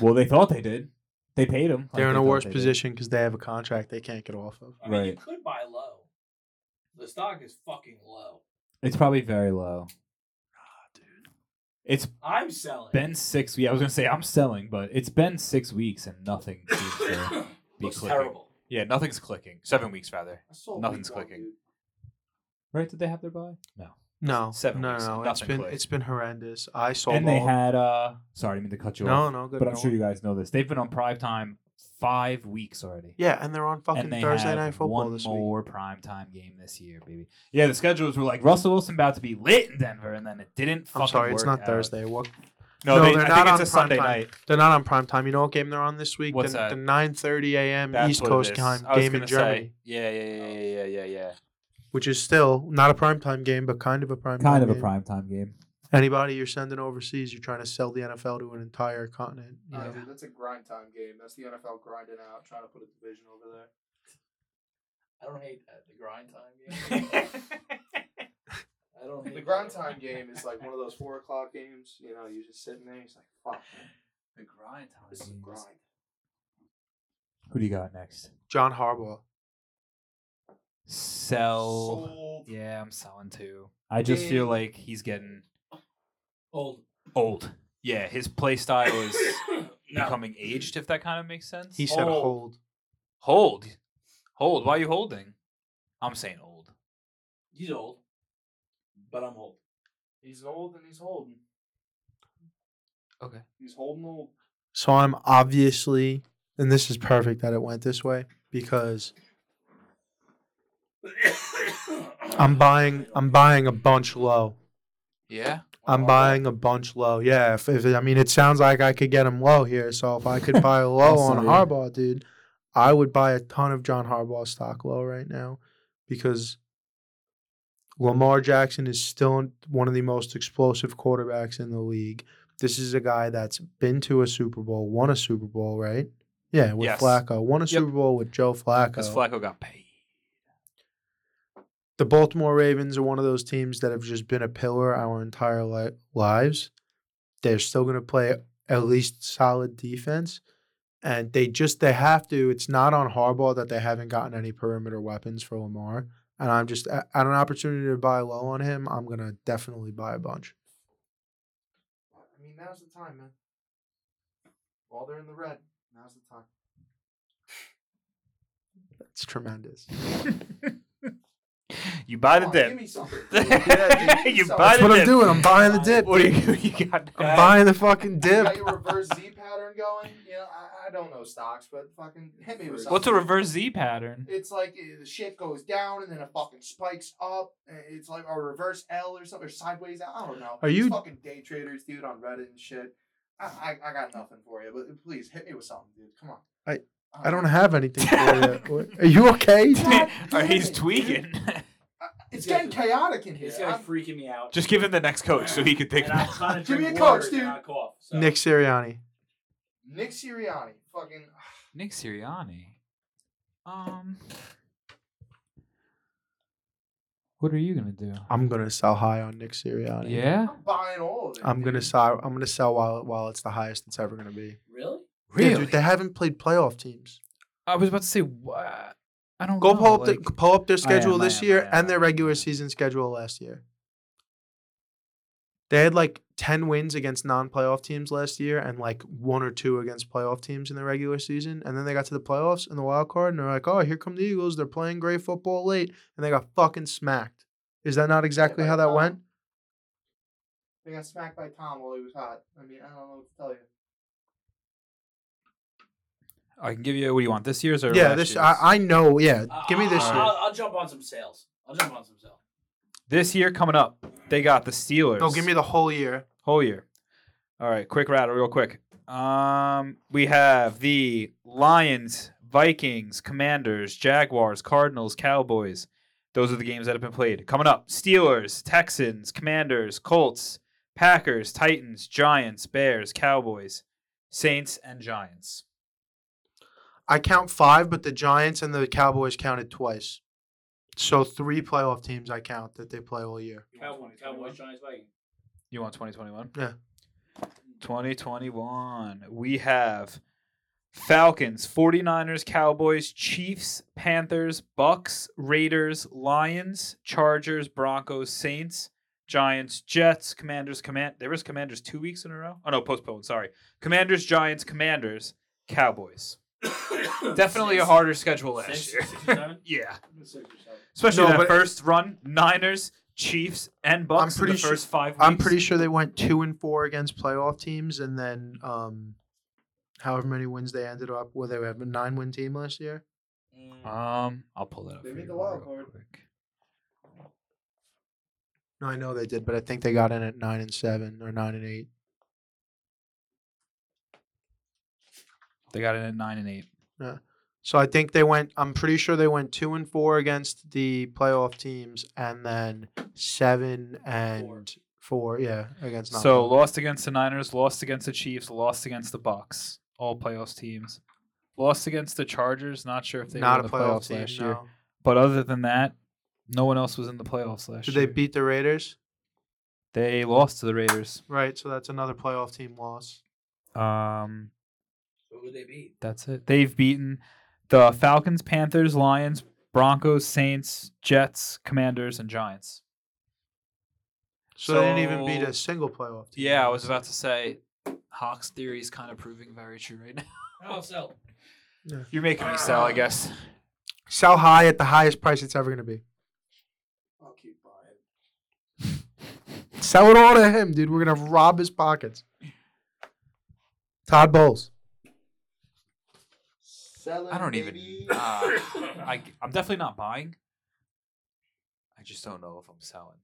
well, they thought they did. They paid him. like They're in they a thought worse they did. position because they have a contract they can't get off of. I mean, you Right. could buy low. The stock is fucking low. It's probably very low. It's I'm selling. been six. Yeah, I was gonna say I'm selling, but it's been six weeks and nothing. seems to be looks clicking. terrible. Yeah, nothing's clicking. Seven weeks rather. I sold Nothing's week one, clicking. dude. Right? Did they have their buy? No. No, Seven no, weeks, no, no. It's nothing been clicked. it's been horrendous. I sold. and they all- had. uh Sorry, I didn't mean to cut you no, off. no, good. but I'm sure no. you guys know this. They've been on prime time five weeks already. Yeah, and they're on fucking and they Thursday have night football one this week. more prime time game this year, baby. Yeah, the schedules were like Russell Wilson about to be lit in Denver, and then it didn't. I'm fucking sorry, it's work not out. Thursday. What? No, No, they, they're I not think on it's a prime Sunday time. night. They're not on prime time. You know what game they're on this week? What's the, that? the 9:30 a.m. That's East what it Coast is. time I was game in gonna say, Germany, Yeah, yeah, yeah, yeah, yeah, yeah, yeah. which is still not a prime time game, but kind of a prime. Kind time of a game. prime time game. Anybody you're sending overseas, you're trying to sell the NFL to an entire continent. you Oh, Nah, know? Uh, dude, that's a grind time game. That's the NFL grinding out, trying to put a division over there. I don't hate that. The grind time game. I don't hate The grind that. time game is like one of those four o'clock games. You know, you're just sitting there. He's like, "Fuck, man, The grind time. this is a grind." Who do you got next? John Harbaugh. Oh. Sell. Sold. Yeah, I'm selling too. I Just just feel like he's getting Old. old. Yeah, his play style is no. becoming aged. If that kind of makes sense. He said Oh. hold. Hold. Hold. Why are you holding? I'm saying old. He's old, but I'm old. He's old and he's holding. Okay. He's holding old. So I'm obviously, and this is perfect that it went this way because I'm buying. I'm buying a bunch low. Yeah. I'm buying a bunch low. Yeah, if, if I mean, it sounds like I could get him low here. So if I could buy low Also, on yeah. Harbaugh, dude, I would buy a ton of John Harbaugh stock low right now because Lamar Jackson is still one of the most explosive quarterbacks in the league. This is a guy that's been to a Super Bowl, won a Super Bowl, right? Yeah, with Yes. Flacco, won a Super Bowl with Joe Because Flacco Flacco got paid. the Baltimore Ravens are one of those teams that have just been a pillar our entire li- lives. They're still going to play at least solid defense, and they just they have to. It's not on Harbaugh that they haven't gotten any perimeter weapons for Lamar. And I'm just at at an opportunity to buy low on him. I'm gonna definitely buy a bunch. I mean, now's the time, man. While they're in the red, now's the time. It's tremendous. you buy the Come on, dip. Give me something. You dude. Yeah, That's give me something. buy the what I'm dip. doing. I'm buying the dip. What do you, you got? I'm buying the fucking You dip. got your reverse Z pattern going. You know, I, I don't know stocks, but fucking hit me with something. What's a reverse Z pattern? It's like uh, the shit goes down and then it fucking spikes up. and It's like a reverse L or something, or sideways. I don't know. Are These you- fucking day traders, dude, on Reddit and shit? I, I, I got nothing for you, but please hit me with something, dude. Come on. Um, I- I don't have anything for you. Are you okay? or he's tweaking. It's getting chaotic in here. It's like I'm- freaking me out. Just give him the next coach so he can think. and I'm trying to Give me drink a coach, water and dude. not cough. So. Nick Sirianni. Nick Sirianni, fucking. Nick Sirianni. Um. What are you gonna do? I'm gonna sell high on Nick Sirianni. Yeah. I'm buying all of it. I'm gonna dude. sell. I'm gonna sell while while it's the highest it's ever gonna be. Really? Yeah, dude, they haven't played playoff teams. I was about to say what. I don't Go know, pull up the, like- pull up their schedule am, I this am, year I am, I and their am, I regular am. season schedule last year. They had like ten wins against non-playoff teams last year, and like one or two against playoff teams in the regular season. And then they got to the playoffs and the wild card, and they're like, "Oh, here come the Eagles! They're playing great football late," and they got fucking smacked. Is that not exactly by how that Tom. went? They got smacked by Tom while he was hot. I mean, I don't know what to tell you. I can give you what do you want this year's or Yeah, last this year's? I, I know. Yeah, give me this I'll, year. I'll, I'll jump on some sales. I'll jump on some sales. this year coming up. They got the Steelers. No, give me the whole year. whole year. All right, quick rattle, real quick. Um, we have the Lions, Vikings, Commanders, Jaguars, Cardinals, Cowboys. Those are the games that have been played. Coming up: Steelers, Texans, Commanders, Colts, Packers, Titans, Giants, Bears, Cowboys, Saints, and Giants. I count five, but the Giants and the Cowboys counted twice. So three playoff teams I count that they play all year. Cowboys, Cowboys, Giants, Vikings. You want 2021? Yeah. 2021. We have Falcons, 49ers, Cowboys, Chiefs, Panthers, Bucks, Raiders, Lions, Chargers, Broncos, Saints, Giants, Jets, Commanders, Command. There was Commanders two weeks in a row. Oh no, postponed. Sorry. Commanders, Giants, Commanders, Cowboys. Definitely a Six- harder schedule last six- year. six or seven? yeah, Six or seven. especially No, that but- first run. Niners, Chiefs, and Bucks. pretty in the su- first five. Weeks. I'm pretty sure they went two and four against playoff teams, and then um, however many wins they ended up. Well, they have a nine win team last year. Um, I'll pull that up. They for made you the wild real card. quick. No, I know they did, but I think they got in at nine and seven or nine and eight. They got it at nine and eight. So I think they went. I'm pretty sure they went two and four against the playoff teams, and then seven and four. yeah, against. not So playoff. lost against the Niners, lost against the Chiefs, lost against the Bucks, all playoffs teams. Lost against the Chargers. Not sure if they not were a in the playoffs playoff team. last year. no. But other than that, no one else was in the playoffs last Did year. they beat the Raiders? They lost to the Raiders. Right. So that's another playoff team loss. Um, Who would they beat? that's it. They've beaten the Falcons, Panthers, Lions, Broncos, Saints, Jets, Commanders, and Giants. So, they didn't even beat So- a single playoff team. Yeah, I was about to say, Hawks theory is kind of proving very true right now. Oh, so You're making me sell, I guess. Sell high at the highest price it's ever going to be. I'll keep buying. Sell it all to him, dude. We're going to rob his pockets. Todd Bowles. Selling, I don't even. Uh, I, I'm definitely not buying. I just don't know if I'm selling.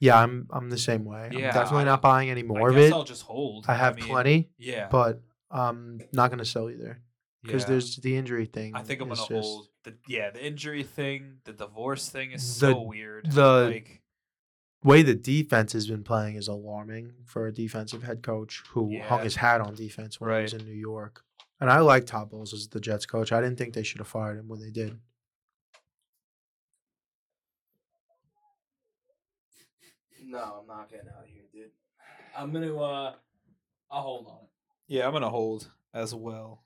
Yeah, I'm I'm the same way. Yeah, I'm definitely I- not buying any I more of guess it. I'll just hold. I have mean, plenty, Yeah, but I'm not going to sell either because yeah. there's the injury thing. I think I'm It's gonna just- hold. The, yeah, the injury thing, the divorce thing is The- so weird. the- like, way the defense has been playing is alarming for a defensive head coach who hung Yeah. his hat on defense when he was Right. in New York. And I like Todd Bowles as the Jets coach. I didn't think they should have fired him when they did. No, I'm not getting out of here, dude. I'm gonna. uh I'll hold on it. yeah, I'm gonna hold as well.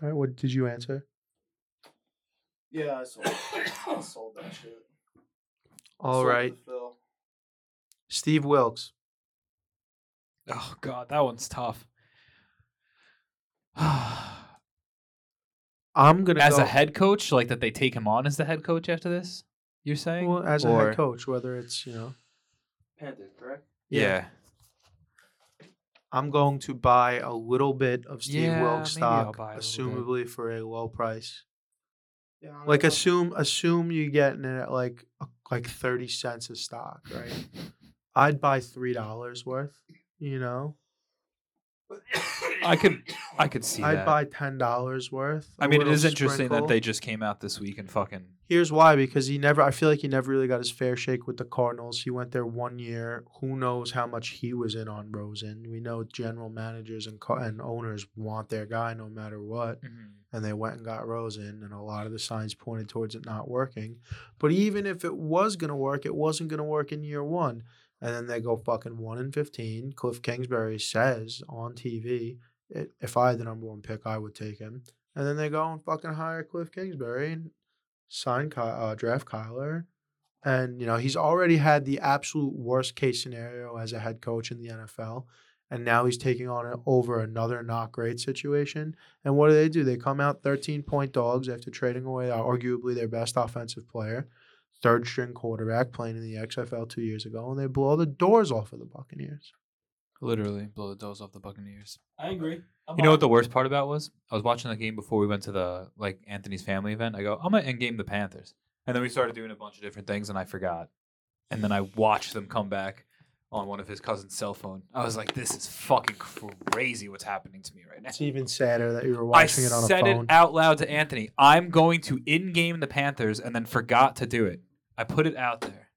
All right, what did you answer? Yeah, I sold. I sold that shit. All right, Steve Wilkes. Oh God, that one's tough. as I'm gonna go, a head coach, like that, they take him on as the head coach after this. You're saying? well, as a Or- head coach, whether it's you know, Panthers, correct? Yeah. I'm going to buy a little bit of Steve Yeah, Wilkes maybe I'll stock, buy a little assumably for a low price. Yeah, I'm Like gonna- assume assume you getting it at like like thirty cents a stock, right? I'd buy three dollars worth. You know, I could, I could see I'd that. buy ten dollars worth. I a mean, it little is interesting sprinkle. that they just came out this week and fucking. Here's why: because he never. I feel like he never really got his fair shake with the Cardinals. He went there one year. Who knows how much he was in on Rosen? We know general managers and co- and owners want their guy no matter what, and they went and got Rosen, and a lot of the signs pointed towards it not working. But even if it was going to work, it wasn't going to work in year one. And then they go fucking one and fifteen. Cliff Kingsbury says on TV, i if I had the number one pick, I would take him. And then they go and fucking hire Cliff Kingsbury and sign Ky- uh, draft Kyler. And you know he's already had the absolute worst case scenario as a head coach in the NFL, and now he's taking on a, over another not great situation. And what do they do? They come out 13 point dogs after trading away arguably their best offensive player, third string quarterback playing in the XFL two years ago, and they blow the doors off of the Buccaneers. Literally blow the doors off the Buccaneers. I agree. I'm You know what the buying. worst part about was? I was watching the game before we went to the like Anthony's family event. I go, I'm gonna end game the Panthers, and then we started doing a bunch of different things, and I forgot. And then I watched them come back on one of his cousin's cell phone. I was like, this is fucking crazy what's happening to me right now. It's even sadder that you were I watching it on a said phone. it out loud to Anthony. I'm going to in-game the Panthers and then forgot to do it. I put it out there.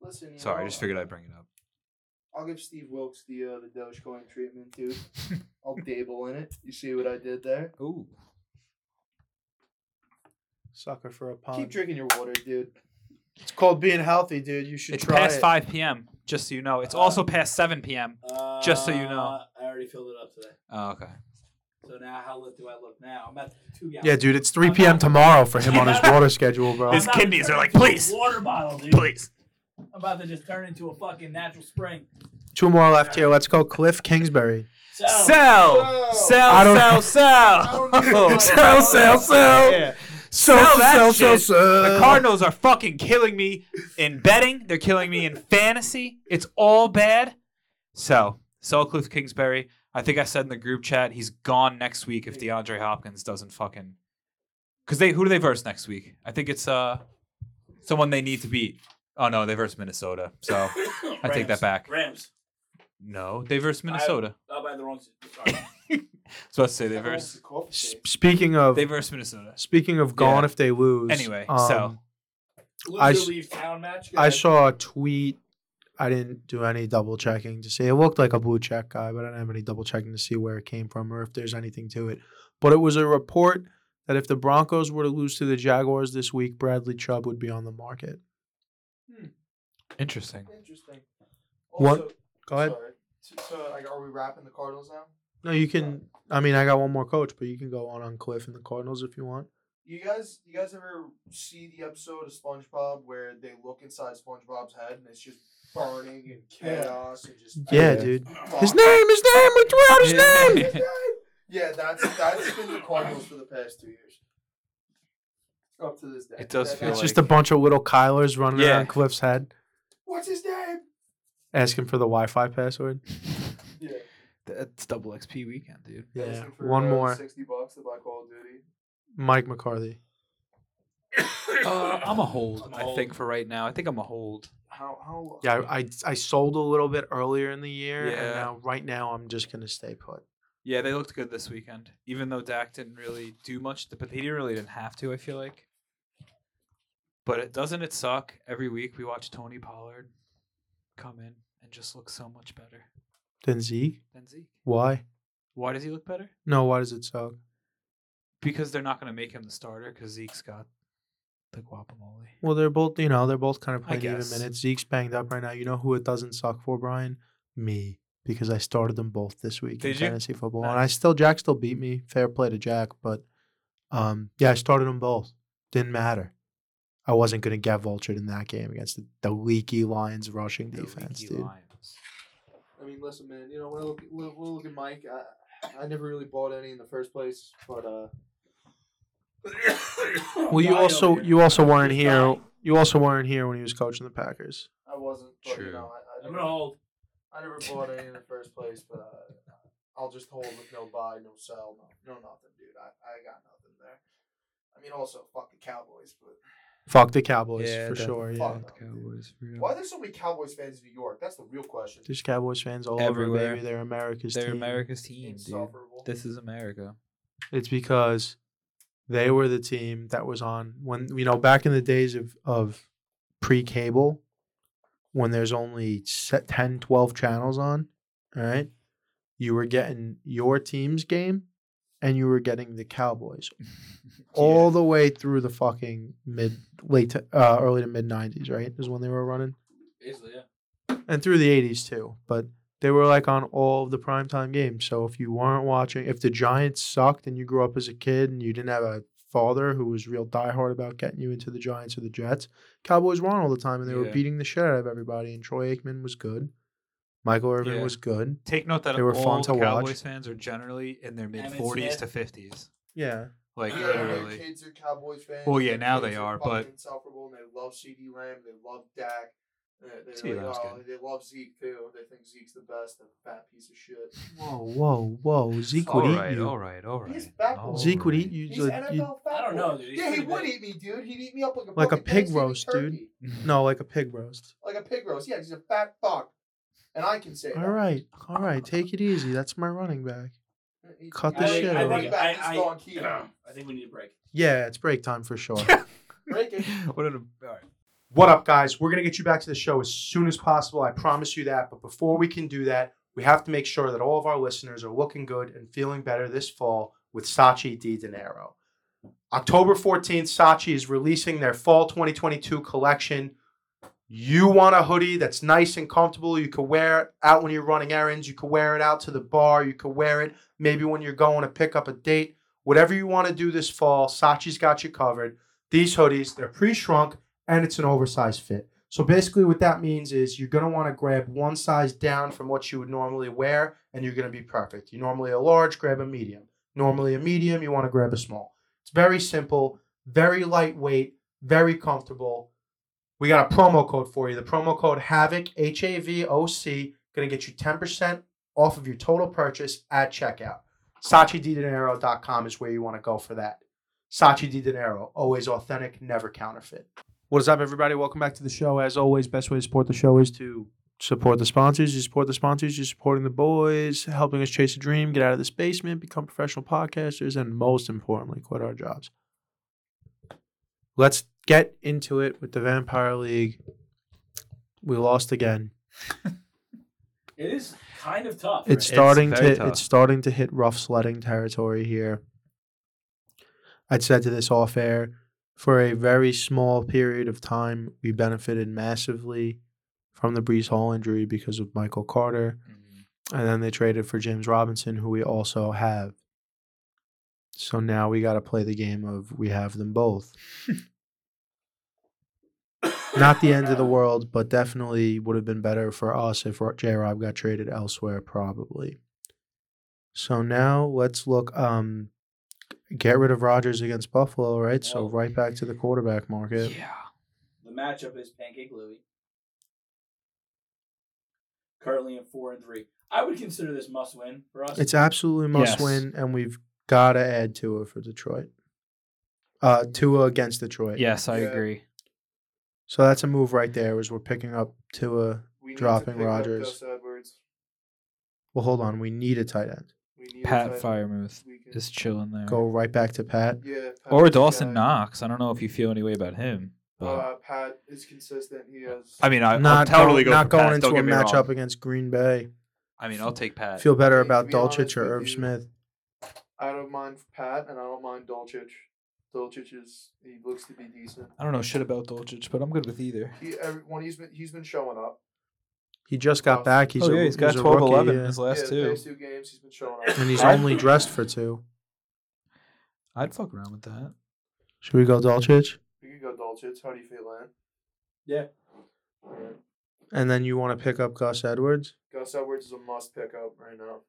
Listen, you Sorry, I know, just figured I'd bring it up. I'll give Steve Wilkes the uh, the Dogecoin treatment, dude. I'll dable in it. You see what I did there? Ooh. Sucker for a Keep pun. drinking your water, dude. It's called being healthy, dude. You should It's try past it. 5 p.m., just so you know. It's also past 7 p.m. Uh, Just so you know. I already filled it up today. Oh, okay. So now, how lit do I look now? I'm at two gallons. Yeah, dude. It's 3 p.m. tomorrow for him on his water schedule, I'm bro. His about to kidneys turn are like, into a "Please." water bottle, dude. Please. I'm about to just turn into a fucking natural spring. Two more left here. Let's go, Cliff Kingsbury. So, Sell! I don't- Sell, sell, don't- sell! Oh, Sell, sell, sell! So, Sell that so, so, shit. so. The Cardinals are fucking killing me in betting. They're killing me in fantasy. It's all bad. So, sell Cliff Kingsbury. I think I said in the group chat he's gone next week if DeAndre Hopkins doesn't fucking. Because they who do they verse next week? I think it's uh someone they need to beat. Oh no, they verse Minnesota. So I take that Rams. back. Rams. no, they verse Minnesota. Oh, by the wrong. Sorry. So let's say they verse S- Speaking of they verse Minnesota. speaking of gone Yeah. if they lose. Anyway, um, so Loser I s- leaves town match. Go I ahead. saw a tweet. I didn't do any double checking to see. It looked like a blue check guy, but I didn't have any double checking to see where it came from or if there's anything to it. But it was a report that if the Broncos were to lose to the Jaguars this week, Bradley Chubb would be on the market. interesting. Interesting. What- Also- Go ahead. Sorry. So, so, like, are we wrapping the Cardinals now? No, you can. I mean, I got one more coach, but you can go on on Cliff and the Cardinals if you want. You guys, you guys ever see the episode of SpongeBob where they look inside SpongeBob's head and it's just burning and chaos and just Yeah, everything dude. fucked His name, his name. We threw out his name. yeah, that's that's been the Cardinals for the past two years. Up to this day. It does That- feel It's that's- just a bunch of little Kylers running Yeah. around Cliff's head What's his name? asking for the Wi-Fi password. Yeah. That's double XP weekend, dude. Yeah, asking for, one uh, more. Sixty bucks to buy Call of Duty. Mike McCarthy. Uh, I'm a hold. I'm a I hold. think for right now. I think I'm a hold. How how? Yeah, I, I I sold a little bit earlier in the year, and Yeah. now right now I'm just gonna stay put. Yeah, they looked good this weekend. Even though Dak didn't really do much, but he really didn't have to. I feel like. But it doesn't it suck? Every week we watch Tony Pollard come in and just look so much better Then Zeke, than Zeke. why? Why does he look better? No, why does it suck? Because they're not going to make him the starter because Zeke's got the guacamole. Well, they're both you know they're both kind of I playing even guess. minutes. Zeke's banged up right now. You know who it doesn't suck for, Brian? Me, because I started them both this week Did in you? fantasy football, and I Nice. still Jack still beat me. Fair play to Jack, but um, yeah, I started them both. Didn't matter. I wasn't gonna get vultured in that game against the, the leaky Lions rushing The defense, leaky dude. Lions. I mean, listen, man. You know, when I look, when I look at Mike, I, I never really bought any in the first place, but uh, Well, you Dying also over here. you also weren't here. Dying. You also weren't here when he was coaching the Packers. I wasn't. But, True. You know, I, I, I'm gonna never, hold. I never bought any in the first place, but uh, I'll just hold with no buy, no sell, no, no nothing, dude. I, I got nothing there. I mean, also fuck the Cowboys, but Fuck the Cowboys Yeah, for that- sure. fuck Yeah, them, dude. for real. Why are there so many Cowboys fans in New York? That's the real question. there's Cowboys fans all Everywhere. over, baby. They're America's They're team. America's team, dude. Insufferable. This is America. It's because they were the team that was on when you know back in the days of of pre-cable when there's only se- 10 12 channels on all right you were getting your team's game and you were getting the cowboys all the way through the fucking mid late to, uh, early to mid 90s right is when they were running Basically, yeah. and through the 80s too but they were like on all of the primetime games so if you weren't watching if the giants sucked and you grew up as a kid and you didn't have a father who was real diehard about getting you into the giants or the jets cowboys won all the time and they were Yeah. beating the shit out of everybody and troy aikman was good michael irvin Yeah. was good Take note that They were all fun to Cowboys watch. fans are generally in their mid Emmitt 40s to Smith. 50s. yeah Like yeah, their literally. kids are Cowboys fans. Well, yeah, their now kids they are, but- fucking insufferable, and they love CD Lamb, they love Dak, and they- CeeDee they're like, Lamb's oh, good. they love Zeke too. They think Zeke's the best, that fat piece of shit. whoa whoa whoa zeke All would right, eat you all right, all right. He's back. all zeke would eat right. you He's like, NFL you'd- fat I don't boy. know, dude. He's yeah, he pretty would big. eat me, dude. He'd eat me up like a Like a fucking pig Thanksgiving roast, dude. turkey. no like a pig roast Like a pig roast. Yeah, 'cause he's a fat fuck. and I can say. All right, all right. Take it easy. That's my running back. that. cut I the think- shit I out. think back is I- I- Don Keaton. I think we need a break. Yeah, it's break time for sure. Break it. what an all right. What up, guys? We're going to get you back to the show as soon as possible. I promise you that. But before we can do that, we have to make sure that all of our listeners are looking good and feeling better this fall with Sachi Di Dinero. October 14th, Sachi is releasing their fall 2022 collection. You want a hoodie that's nice and comfortable. You can wear it out when you're running errands. You can wear it out to the bar. You can wear it maybe when you're going to pick up a date. Whatever you want to do this fall, Sachi's got you covered. These hoodies, they're pre shrunk and it's an oversized fit. So basically, what that means is you're going to want to grab one size down from what you would normally wear, and you're going to be perfect. You're normally a large, grab a medium. Normally a medium, you want to grab a small. It's very simple, very lightweight, very comfortable. We got a promo code for you. The promo code HAVOC, H A V O C, going to get you 10% off of your total purchase at checkout. SachiDiDinero.com is where you want to go for that. Sachi Di Dinero, always authentic, never counterfeit. What is up, everybody? Welcome back to the show. As always, best way to support the show is to support the sponsors. You support the sponsors. You're supporting the boys, helping us chase a dream, get out of this basement, become professional podcasters, and most importantly, quit our jobs. Let's get into it with the Vampire League. We lost again. It is kind of tough. It's right? starting very to tough. it's starting to hit rough sledding territory here. I'd said to this off air, for a very small period of time, we benefited massively from the Brees Hall injury because of Michael Carter. And then they traded for James Robinson, who we also have. So now we got to play the game of we have them both. Not the end Uh, of the world, but definitely would have been better for us if J Rob got traded elsewhere, probably. So now let's look. Um, get rid of Rogers against Buffalo, right? So Oh. right back to the quarterback market. Yeah. The matchup is Pancake Louie. Currently in four and three. I would consider this must win for us. It's absolutely a must Yes. win, and we've got to add Tua for Detroit. Uh, Tua against Detroit. Yes, I Yeah. agree. So that's a move right there. Is we're picking up Tua. We need to Dropping pick up Rodgers. Gus Edwards. Well, hold on. We need a tight end. We need a Pat tight- Firemuth we can- is chilling there. Go right back to Pat. Yeah. Pat's or the Dawson guy. Knox. I don't know if you feel any way about him. But Uh, Pat is consistent. He has. I mean, I, not I'll totally going, go not for Pat, going don't into a get me wrong. matchup against Green Bay. I mean, I'll take Pat. Feel better To about be Dolchich honest or with Herb you, Smith. I don't mind Pat, and I don't mind Dolchich. Dolchich is he looks to be decent. I don't know shit about Dolchich, but I'm good with either. He every, when he's been he's been showing up. He just got Oh. back. He's oh, a, yeah, he's got a 12 rookie, 11 in yeah. his last yeah, two. Past two games he's been showing up. and he's I- only dressed for two. I'd fuck around with that. Should we go Dolchich? we could go Dolchich. How do you feel, Len? yeah. Alright. And then you want to pick up Gus Edwards? Gus Edwards is a must pick up right now.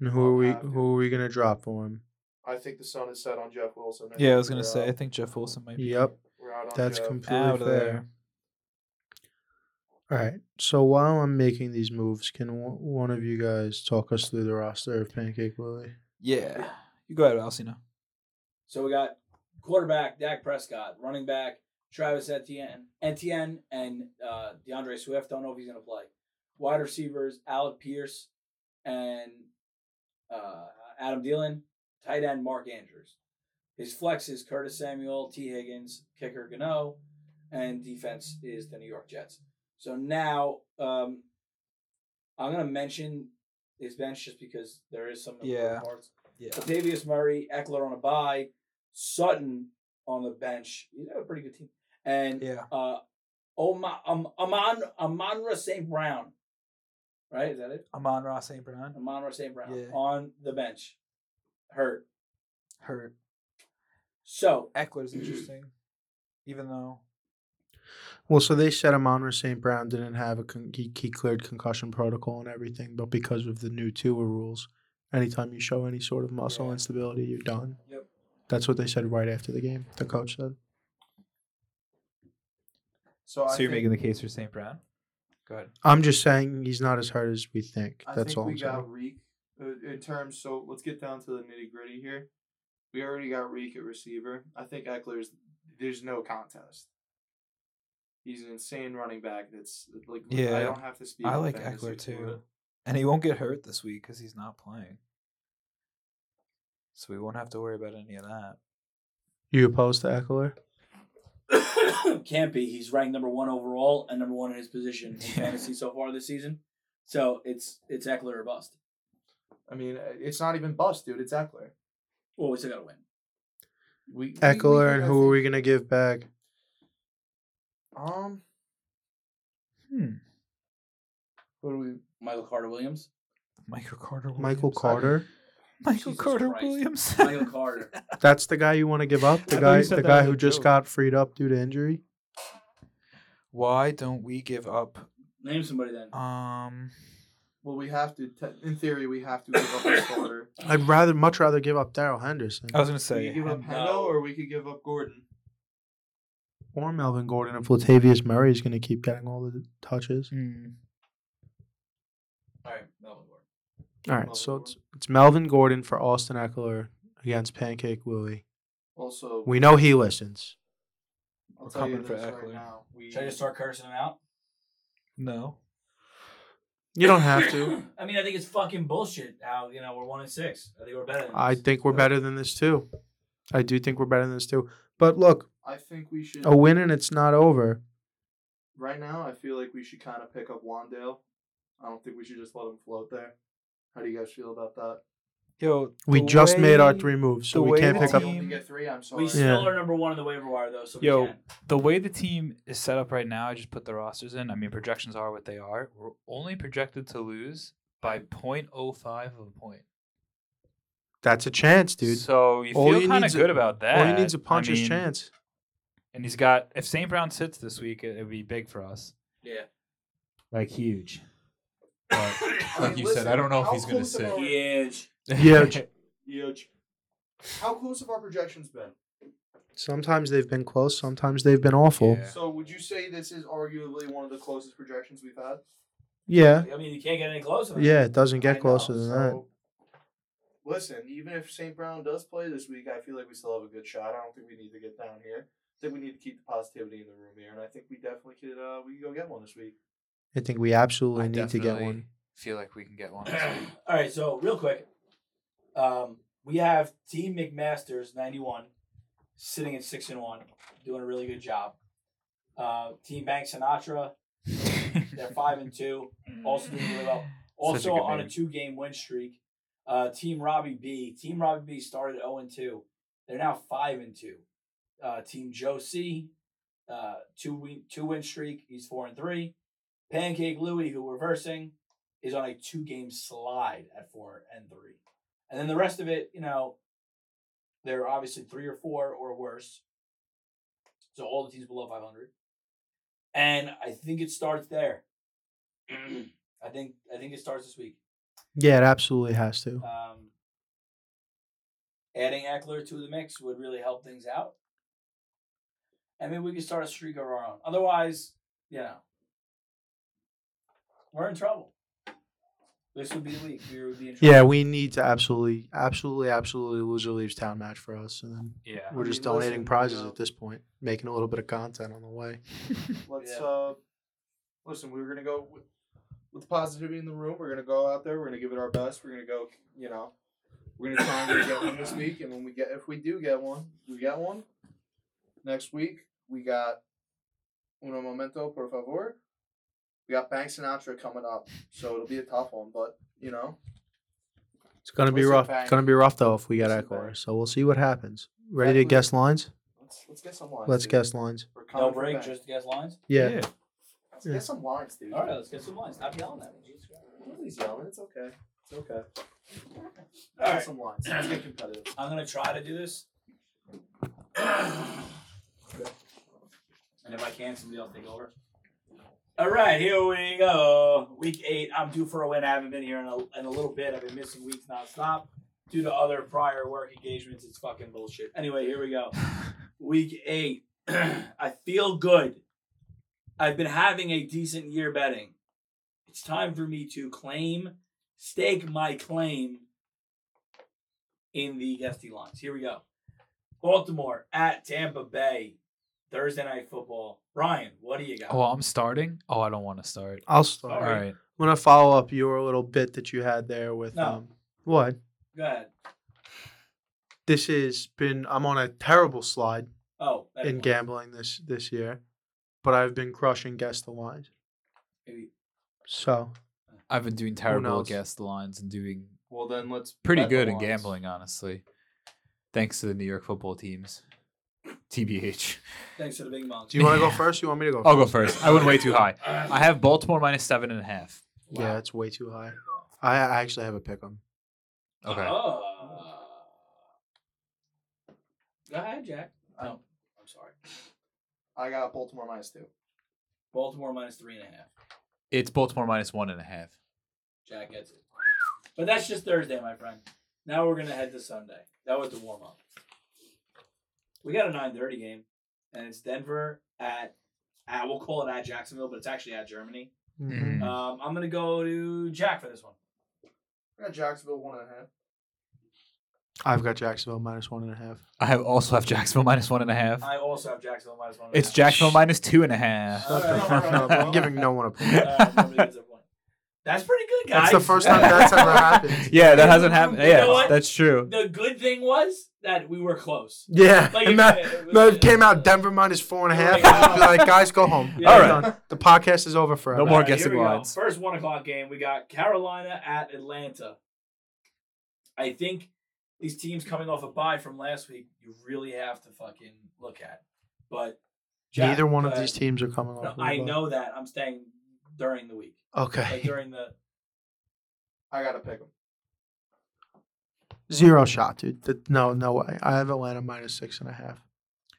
And who I'll are we? have to. Who are we gonna drop for him? I think the sun is set on Jeff Wilson. I Yeah, I think was going we're to say, I out- think Jeff Wilson might be Yep, we're out on that's Jeff. completely out fair. of there. All right. So while I'm making these moves, can o- one of you guys talk us through the roster of Pancake Willie? Yeah. You go ahead, Alcina. So we got quarterback Dak Prescott, running back Travis Etienne, Etienne and uh, DeAndre Swift. Don't know if he's going to play. Wide receivers Alec Pierce and uh, Adam Dillon. Tight end Mark Andrews. His flex is Curtis Samuel, T. Higgins, kicker Gano, and defense is the New York Jets. So now um, I'm going to mention his bench just because there is some important Yeah. parts. Yeah. Latavius Murray, Eckler on a bye, Sutton on the bench. You have a pretty good team. And Yeah. uh Oma um Amon Amonra St. Brown. Right? Is that it? Amon Ross St. Brown. Amonra St. Brown Yeah. on the bench. Hurt. Hurt. So Eckler's interesting. Even though. Well, so they said Amonra St. Brown didn't have a con- he, he cleared concussion protocol and everything, but because of the new Tua rules, anytime you show any sort of muscle Yeah. instability, you're done. Yep. That's what they said right after the game. The coach said. So, I So you're think- making the case for St. Brown? Go ahead. I'm just saying he's not as hurt as we think. I That's think all we I'm saying. got Reek uh, in terms. So let's get down to the nitty gritty here. We already got Reek at receiver. I think Eckler's. There's no contest. He's an insane running back. That's like I Yeah. don't have to speak. I on like fantasy Eckler for too. it. And he won't get hurt this week because he's not playing. So we won't have to worry about any of that. You opposed to Eckler? Can't be. He's ranked number one overall and number one in his position in Yeah. fantasy so far this season. So it's it's Eckler or bust. I mean, uh, it's not even bust, dude. It's Eckler. Well, we still got to win. We, we- we Eckler, think and I who are think- we gonna give back? Um, Hmm. what do we? Michael Carter Williams. Michael Carter. Williams. Michael Carter. Michael Jesus Carter Christ. Williams. Michael Carter. That's the guy you want to give up. The I thought guy, you said the that guy was who a just joke. got freed up due to injury. Why don't we give up? Name somebody then. Um. Well, we have to. Te- in theory, we have to give up a starter. I'd rather, much rather give up Daryl Henderson I was gonna we say. could give up no. Hendo, or we could give up Gordon. or Melvin Gordon if Latavius Murray is gonna keep getting all the touches. Hmm. All right, Melvin Gordon. All Melvin right, so Gordon. it's it's Melvin Gordon for Austin Eckler against Pancake Willie. Also, We know he listens. I'll We're tell you coming for this right Eckler. now. We, Should I just start cursing him out? No. You don't have to. I mean, I think it's fucking bullshit. How you know we're one and six. I think we're better. Than I this. think we're better than this too. I do think we're better than this too. But look, I think we should. a win and it's not over. Right now, I feel like we should kind of pick up Wandale. I don't think we should just let him float there. How do you guys feel about that? Yo. We the just made our way- three moves, so the we way can't the pick Oh, up. we team- only get three. I'm sorry. we still are number one on the waiver wire though, so we Yo. can. the way the team is set up right now, I just put the rosters in. I mean, projections are what they are. We're only projected to lose by 0.05 of a point. That's a chance, dude. So you all feel you kind of need's a- good about that. All he needs is a I puncher's mean, chance. And he's got, if St. Brown sits this week, it would be big for us. Yeah. Like huge. But I like mean, you listen, said, I don't know if how he's going to close of sit. our- Huge. Huge. Huge. How close have our projections been? Sometimes they've been close. Sometimes they've been awful. Yeah. So would you say this is arguably one of the closest projections we've had? Yeah, I mean, you can't get any closer. yeah. it doesn't get closer than that. Listen, even if St. Brown does play this week, I feel like we still have a good shot. I don't think we need to get down here. I think we need to keep the positivity in the room here, and I think we definitely could uh we could go get one this week. I think we absolutely I need to get definitely one. Feel like we can get one. this week. All right, so real quick, um, we have Team McMaster's ninety-one sitting at six and one, doing a really good job. Uh, Team Bank Sinatra, they're five and two, also doing really well. Such a Also good on a name. two-game win streak. Uh, Team Robbie B. Team Robbie B. started zero and two. They're now five and two. Uh, Team Joe C. Uh, two win two win streak. He's four and three. Pancake Louie, who we're versing, is on a two game slide at four and three. And then the rest of it, you know, they're obviously three or four or worse. So all the teams below 500. And I think it starts there. I think I think it starts this week. Yeah, it absolutely has to. Um, adding Eckler to the mix would really help things out. And maybe we could start a streak of our own. Otherwise, you know, we're in trouble. This would be the week we would be in trouble. Yeah, we need to absolutely, absolutely, absolutely loser leaves town match for us, and then yeah. we're just I mean, donating listen, prizes you know, at this point, making a little bit of content on the way. Let's Yeah. uh listen, we were gonna go with, with positivity in the room. We're gonna go out there, we're gonna give it our best, we're gonna go you know we're gonna try and get one this week and when we get if we do get one, we get one. Next week we got Uno Momento por favor. We got Bank Sinatra coming up. So it'll be a tough one, but you know. It's gonna be Listen, rough. Bang. It's gonna be rough though if we get Listen, Bang. Eckler. So we'll see what happens. Ready to Exactly. guess lines? Let's let's get some lines. Let's dude. guess lines. We're coming No for break, Bank. just to guess lines. Yeah. let's get some lines, dude. All right, let's get some lines. Stop yelling at me. Jesus Christ. Nobody's yelling, it's okay. It's okay. Let's All get right. some lines. Let's get competitive. I'm gonna try to do this. and if I can, somebody else take over. All right, here we go. Week eight. I'm due for a win. I haven't been here in a, in a little bit. I've been missing weeks nonstop due to other prior work engagements. It's fucking bullshit. Anyway, here we go. Week eight. I feel good. I've been having a decent year betting. It's time for me to claim, stake my claim in the guesty lines. Here we go. Baltimore at Tampa Bay. Thursday night football. Ryan, what do you got? Oh, I'm starting. Oh, I don't want to start. I'll start. All All right. right. I'm gonna follow up your little bit that you had there with No. um what? Go ahead. This has been I'm on a terrible slide Oh, that- in gambling this this year, but I've been crushing guess the lines. maybe- So I've been doing terrible knows? against the lines and doing Well, then let's. pretty bet the good in lines. gambling, honestly. Thanks to the New York football teams. TBH. thanks to the big mom. do you want to go first? Or you want me to go? I'll First? go first. I went way too high. I have Baltimore minus seven and a half. Yeah, it's way too high. I, I actually have a pick 'em. Okay. Oh. Go ahead, Jack. Oh, I'm sorry. I got Baltimore minus two. Baltimore minus three and a half. It's Baltimore minus one and a half. Jack gets it. But that's just Thursday, my friend. Now we're gonna head to Sunday. That was the warm up. We got a nine thirty game, and it's Denver at, at we'll call it at Jacksonville, but it's actually at Germany. Mhm. Um, I'm gonna go to Jack for this one. I got Jacksonville one and a half. I've got Jacksonville minus one and a half. I have also have Jacksonville minus one and a half. I also have Jacksonville minus one. and a It's half. Jacksonville minus two and a half. All Shut the right, fuck all right, up. all I'm right. giving no one a point. All right, nobody gets a point. That's pretty good, guys. That's the first time that's ever happened. Yeah, that hasn't happened. You know Yeah, what? that's true. The good thing was that we were close. Yeah, Like, and that, it- it- that came out Denver minus four and a half. Yeah. I'd just be like, guys, go home. Yeah. All All right, the podcast is over forever. No more All right, here guessing we go. lines. First one o'clock game, we got Carolina at Atlanta. I think these teams coming off a bye from last week, you really have to fucking look at. But Jack, Neither one of go these teams are coming ahead. off. No, of a I bye. know that. I'm staying during the week, like Okay, during the. I gotta pick them. zero shot, dude. Th- No, no way. I have Atlanta minus six and a half.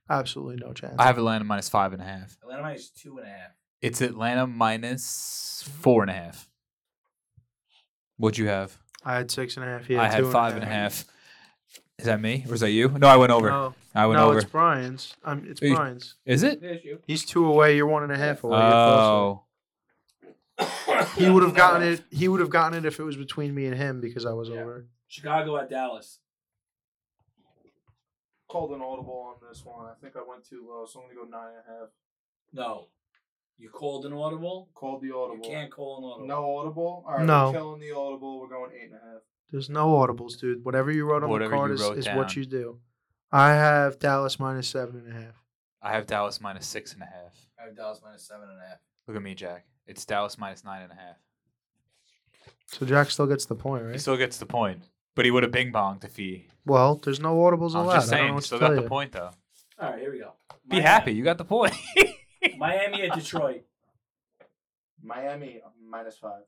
Absolutely no chance. I have Atlanta minus five and a half. Atlanta minus two and a half. It's Atlanta minus four and a half. What'd you have? I had six and a half. Yeah, I had five and a half. Is that me or is that you? No, I went over. No, I went no, over. it's Brian's. Um, it's Hey. Brian's. Is it? There's you. He's two away. You're one and a half away. You're closer. Oh, He would have gotten it. He would have gotten it if it was between me and him because I was Yeah. over. Chicago at Dallas. Called an audible on this one. I think I went too low, so I'm gonna go nine and a half. No, you called an audible. Called the You audible. can't call an audible. No audible. All right, No. we're killing the audible. We're going eight and a half. There's no audibles, dude. Whatever you wrote on Whatever the card you is, wrote is what down. you do. I have Dallas minus seven and a half. I have Dallas minus six and a half. I have Dallas minus seven and a half. Look at me, Jack. It's Dallas minus nine and a half. So Jack still gets the point, He right? still gets the point, but he would have bing bonged if he. Well, there's no audibles I'm allowed. just I don't know saying, he what to still tell got the you. point though. All right, here we go. Be Miami. happy, you got the point. Miami at Detroit. Miami uh, minus five.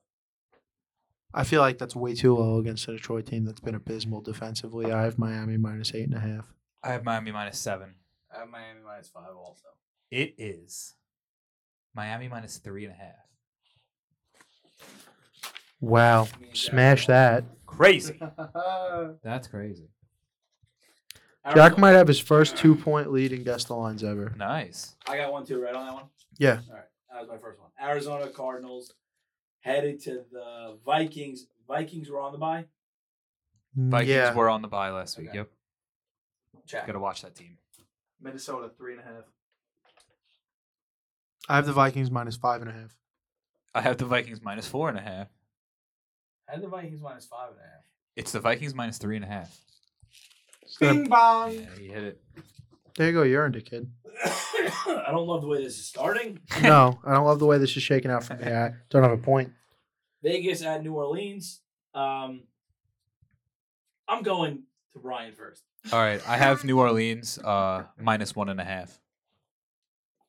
I feel like that's way too low against a Detroit team that's been abysmal defensively. I have Miami minus eight and a half. I have Miami minus seven. I have Miami minus five also. It is Miami minus three and a half. Wow. Oh, Smash that. Crazy. All That's crazy. Jack might have his first two point lead in guess the lines ever. Nice. I got one too, right on that one? Yeah. All right. That was my first one. Arizona Cardinals headed to the Vikings. Vikings were on the bye. Vikings yeah. were on the bye last week. Okay. Yep. Jack. Got to watch that team. Minnesota three and a half. I have the Vikings minus five and a half. I have the Vikings minus four and a half. I had the Vikings minus five and a half. It's the Vikings minus three and a half. Bing bong. Yeah, he hit it. There you go. You earned it, kid. I don't love the way this is starting. No, I don't love the way this is shaking out for me. I don't have a point. Vegas at New Orleans. Um, I'm going to Brian first. All right. I have New Orleans uh, minus one and a half.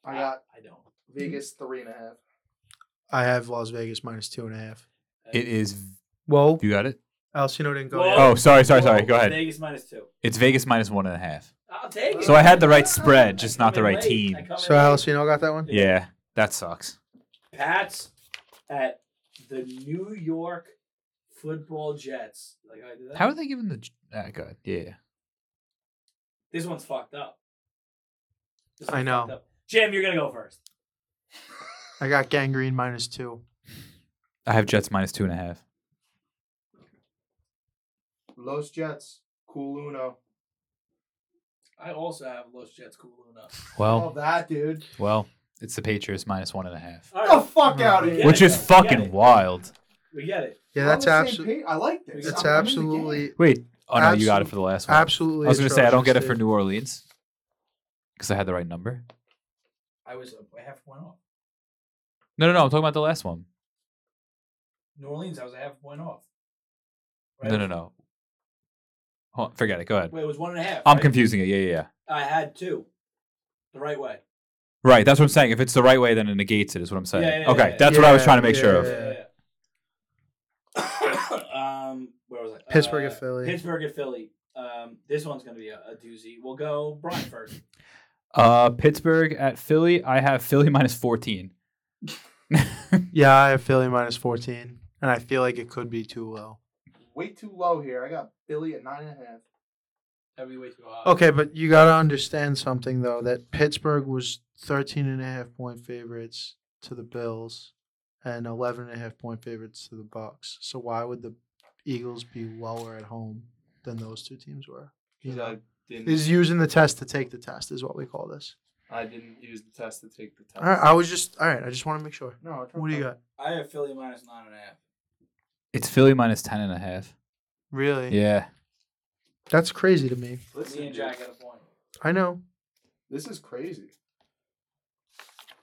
I got I don't. Vegas three and a half. I have Las Vegas minus two and a half. It is. Well, You got it? Alcino didn't go Whoa. yet. Oh, sorry, sorry, sorry. Go Well, ahead. Vegas minus two. It's Vegas minus one and a half. I'll take it. So I had the right spread, I just come not the in right late. I team. come in So late. Alcino got that one? Yeah, that sucks. Pats at the New York Football Jets. Like I did that. How are they giving the. Uh, go ahead. Yeah. this one's fucked up. This I one's know. fucked up. Jim, you're gonna go first. I got gangrene minus two. I have Jets minus two and a half. Los Jets. Cool Uno. I also have Los Jets Kuluna. Oh, Well, that dude. well, it's the Patriots minus one and a half, Oh. All Get the right, fuck out of Yeah, here. which is yeah, yeah. fucking wild. we get it. We're Yeah, on that's the same absolutely. page. I like this. I'm- I'm That's in the game. absolutely. Wait, oh no, you got it Absolute- for the last one. Absolutely. I was gonna say I don't get it atrocious, for dude. New Orleans because I had the right number. I was a half point off. No, no, no. I'm talking about the last one. New Orleans, I was a half point off. No, no, no. Hold on, forget it. Go ahead. Wait, it was one and a half. I'm right? confusing it. Yeah, yeah, yeah. I had two, the right way. Right. That's what I'm saying. If it's the right way, then it negates it. Is what I'm saying. Yeah, yeah, okay, yeah. that's what I was Yeah, trying to make sure of. Yeah. um, where was I? Pittsburgh Uh, at Philly. Pittsburgh at Philly. Um, this one's gonna be a, a doozy. We'll go Brian first. Uh, Pittsburgh at Philly. I have Philly minus 14. Yeah, I have Philly minus fourteen, and I feel like it could be too low. Way too low here. I got Philly at nine and a half. That'd be way too high. Okay, but you got to understand something though that Pittsburgh was 13 and a half point favorites to the Bills and 11 and a half point favorites to the Bucks. So why would the Eagles be lower at home than those two teams were? Because I didn't. Is using the test to take the test is what we call this. I didn't use the test to take the test. All right, I was just all right. I just want to make sure. no. it's What do you okay. got? I have Philly minus nine and a half. It's Philly minus 10 and a half. Really? Yeah. That's crazy to me. Listen, Me and dude, Jack got a point. I know. This is crazy.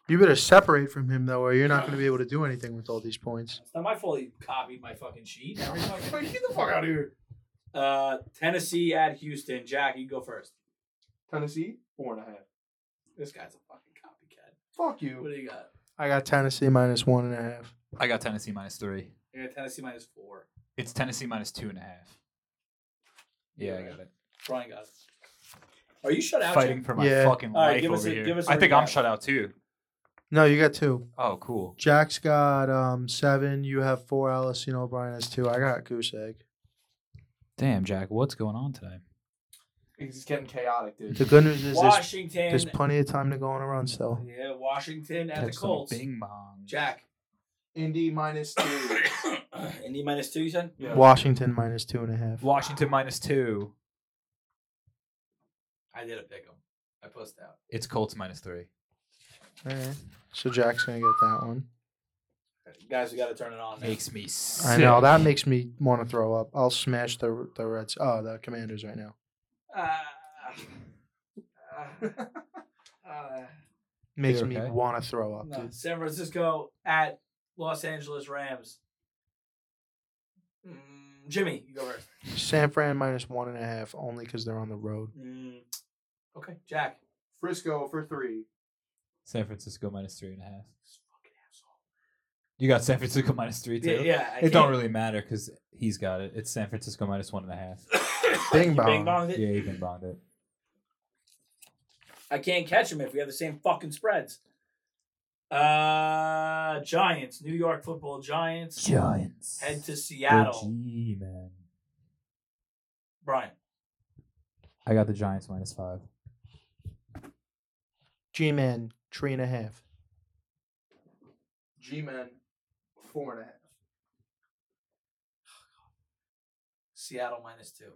You better separate from him though, or you're not going to be able to do anything with all these points. It's not my fault he copied my fucking sheet. Every fucking- Wait, get the fuck out of here. Uh, Tennessee at Houston. Jack, you go first. Tennessee four and a half. This guy's a fucking copycat. Fuck you. What do you got? I got Tennessee minus one and a half. I got Tennessee minus three. I got Tennessee minus four. It's Tennessee minus two and a half. Yeah, I Yeah. got it. Brian got it. Are you shut out? Fighting Jack? for my Yeah. fucking All right, life give us over a- here. give us a I think I'm recap. shut out too. No, you got two. Oh, cool. Jack's got um seven. You have four. Allison O'Brien has two. I got goose egg. Damn, Jack, what's going on today? It's getting chaotic, dude. The good news is there's, Washington. there's plenty of time to go on a run still. yeah, Washington at Catch the some Colts. Bing bong. Jack. Indy minus two. Indy minus two, you said? Yeah. Washington minus two and a half. Washington minus two. I did a pick 'em. I pushed out. It's Colts minus three. All right. So Jack's gonna get that one. Guys, we got to turn it on. now. Makes me sick. I know that makes me want to throw up. I'll smash the the Reds. Oh, the Commanders right now. Ah. Ah. Uh, Ah. Makes You're me okay? want to throw up, No, dude. San Francisco at Los Angeles Rams. Mm, Jimmy, you go first. San Fran minus one and a half only because they're on the road. Mm, okay, Jack. Frisco for three. San Francisco minus three and a half. You got San Francisco minus three too. Yeah, yeah, I it don't can't- really matter because he's got it. It's San Francisco minus one and a half. Bing You bong. bonged it? Yeah, you can bond it. I can't catch him if we have the same fucking spreads. Uh, Giants, New York Football Giants Giants. head to Seattle. G man. Brian, I got the Giants minus five. G-Man three and a half. G men four and a half. Seattle minus two.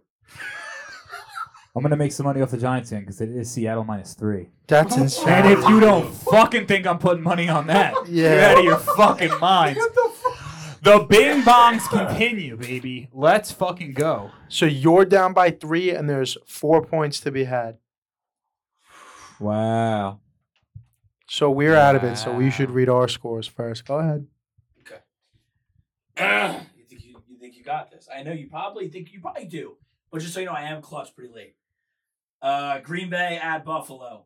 I'm gonna make some money off the Giants in because it is Seattle minus three. That's insane. And Oh, if you don't fucking think I'm putting money on that, you're Yeah. out of your fucking minds. The Bing Bongs continue, baby. Let's fucking go. So you're down by three, and there's four points to be had. Wow. So we're out of it. So we should Wow. read our scores first. Go ahead. you think you, you think you got this? I know you probably think you probably do, but just so you know, I am clutch pretty late. Uh, Green Bay at Buffalo.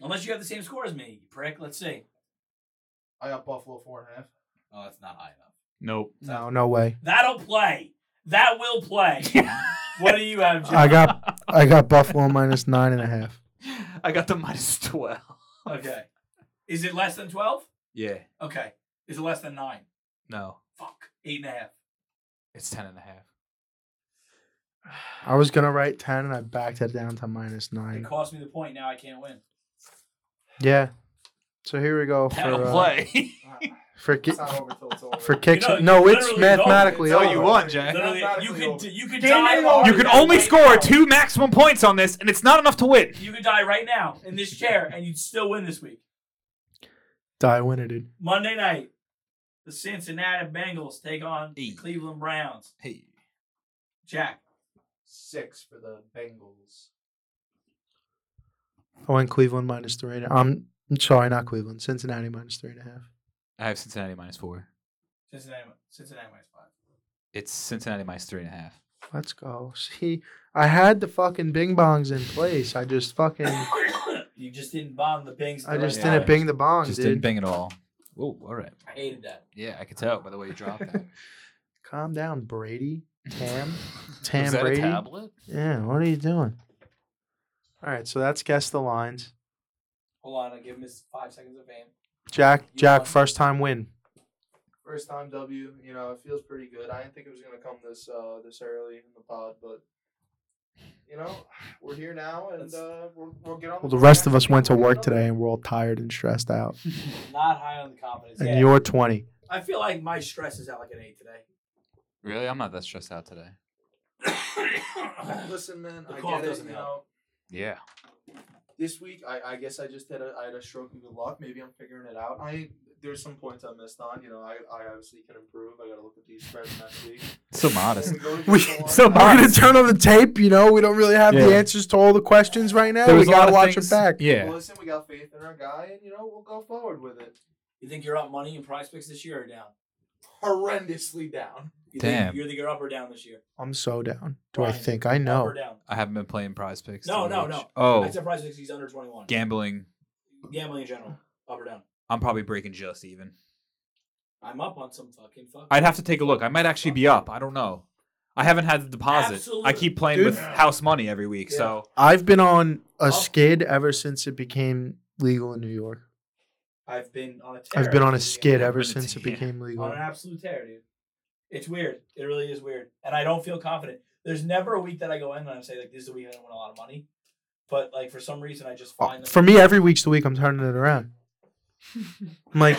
Unless you have the same score as me, you prick. Let's see. I got Buffalo four and a half. Oh, that's not high enough. Nope. No, no way. That'll play. That will play. what do you have, I Jim? got I got Buffalo minus nine and a half. I got the minus twelve. Okay. Is it less than twelve? Yeah. Okay. Is it less than nine? No. Fuck. Eight and a half. It's ten and a half. I was gonna write ten, and I backed that down to minus It nine. cost me the point. Now I can't win. Yeah. So here we go for That'll uh, play. for ki- It's not over till it's over. for kicks. know, no, you it's literally mathematically don't. over. No, you won, Jack. Literally, Mathematically you over. could you could Game die. is right over. You now. can only Right score now. two maximum points on this, and it's not enough to win. You could die right now in this chair, and you'd still win this week. Die winner, dude. Monday night, the Cincinnati Bengals take on Hey. the Cleveland Browns. Hey. Jack, six for the Bengals. I went Oh, Cleveland minus three and a half. I'm sorry, not Cleveland. Cincinnati minus three and a half. I have Cincinnati minus four. Cincinnati, Cincinnati minus five. It's Cincinnati minus three and a half. Let's go. See, I had the fucking bing bongs in place. I just fucking, you just didn't bomb the Bings. I just right didn't now. bing the bong, Just dude. didn't bang at all. Oh, all right. I hated that. Yeah, I could tell by the way you dropped that. Calm down, Brady. Tam. Was Tam that Brady. a tablet? Yeah, what are you doing? All right, so that's guess the lines. Hold on, I'll give him his five seconds of fame. Jack, You Jack, won. first time win. First time W, you know, it feels pretty good. I didn't think it was gonna come this uh this early in the pod, but you know, we're here now and Let's- uh we'll, we'll get on Well, the rest track of us and get went to back work up. today and we're all tired and stressed out. Not high on the confidence. And Yeah. you're 20. I feel like my stress is at like an eight today. Really? I'm not that stressed out today. Listen, man, The I cough get it, doesn't you help. know. Yeah. This week I, I guess I just had a I had a stroke of good luck. Maybe I'm figuring it out. I there's some points I missed on, you know, I, I obviously can improve. I gotta look at these spreads next week. So modest. We're going to We, go on. so we're going to turn on the tape. You know, we don't really have the Yeah. answers to all the questions right now. There we was a got lot to of watch things- it back. Well, Yeah. listen, we got faith in our guy, and you know we'll go forward with it. You think you're up money in price picks this year or down? Horrendously down. You Damn. Think, you think you're up or down this year? I'm so down. Do I Brian, think? I Up know. or down? I haven't been playing prize picks. No, too no, much. no. I Oh, said price picks. He's under twenty one. gambling. Gambling in general, up or down? I'm probably breaking just even. I'm up on some fucking fuck. I'd have to take a look. I might actually be up. I don't know. I haven't had the deposit. I keep playing Dude. with house money every week, so I've been on a skid ever since it became legal in New York. I've been on a tear. I've been on a I've skid been ever Yeah. since it Yeah. became legal. on an absolute tear, dude. It's weird. It really is weird, and I don't feel confident. There's never a week that I go in and I say like, "This is the week I don't win a lot of money," but like for some reason I just find Oh, For me, every week's the week I'm turning it around. I'm like,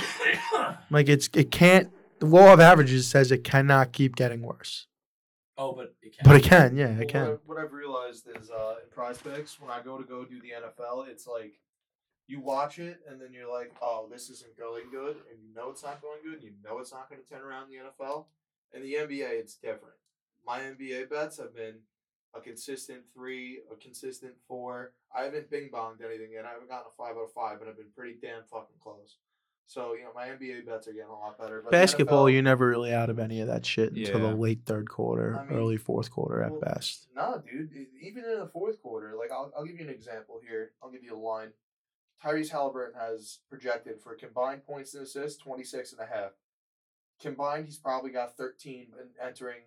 I'm like it's it can't. The law of averages says it cannot keep getting worse, oh, but it can. but it can. Yeah, Well, it can. What, I, what I've realized is uh, in Prize Picks, when I go to go do the NFL, it's like you watch it and then you're like, oh, this isn't going good, and you know it's not going good, and you know it's not going to turn around in the NFL. In the NBA, it's different. My NBA bets have been a consistent three, a consistent four. I haven't bing bonged anything yet. I haven't gotten a five out of five, but I've been pretty damn fucking close. So you know my NBA bets are getting a lot better. But the Basketball, NFL you're never really out of any of that shit until Yeah. the late third quarter, I mean, early fourth quarter at well, best. Nah, dude. e- Even in the fourth quarter, like I'll, I'll give you an example here. I'll give you a line. Tyrese Halliburton has projected for combined points and assists 26 and a half. Combined, he's probably got 13 and entering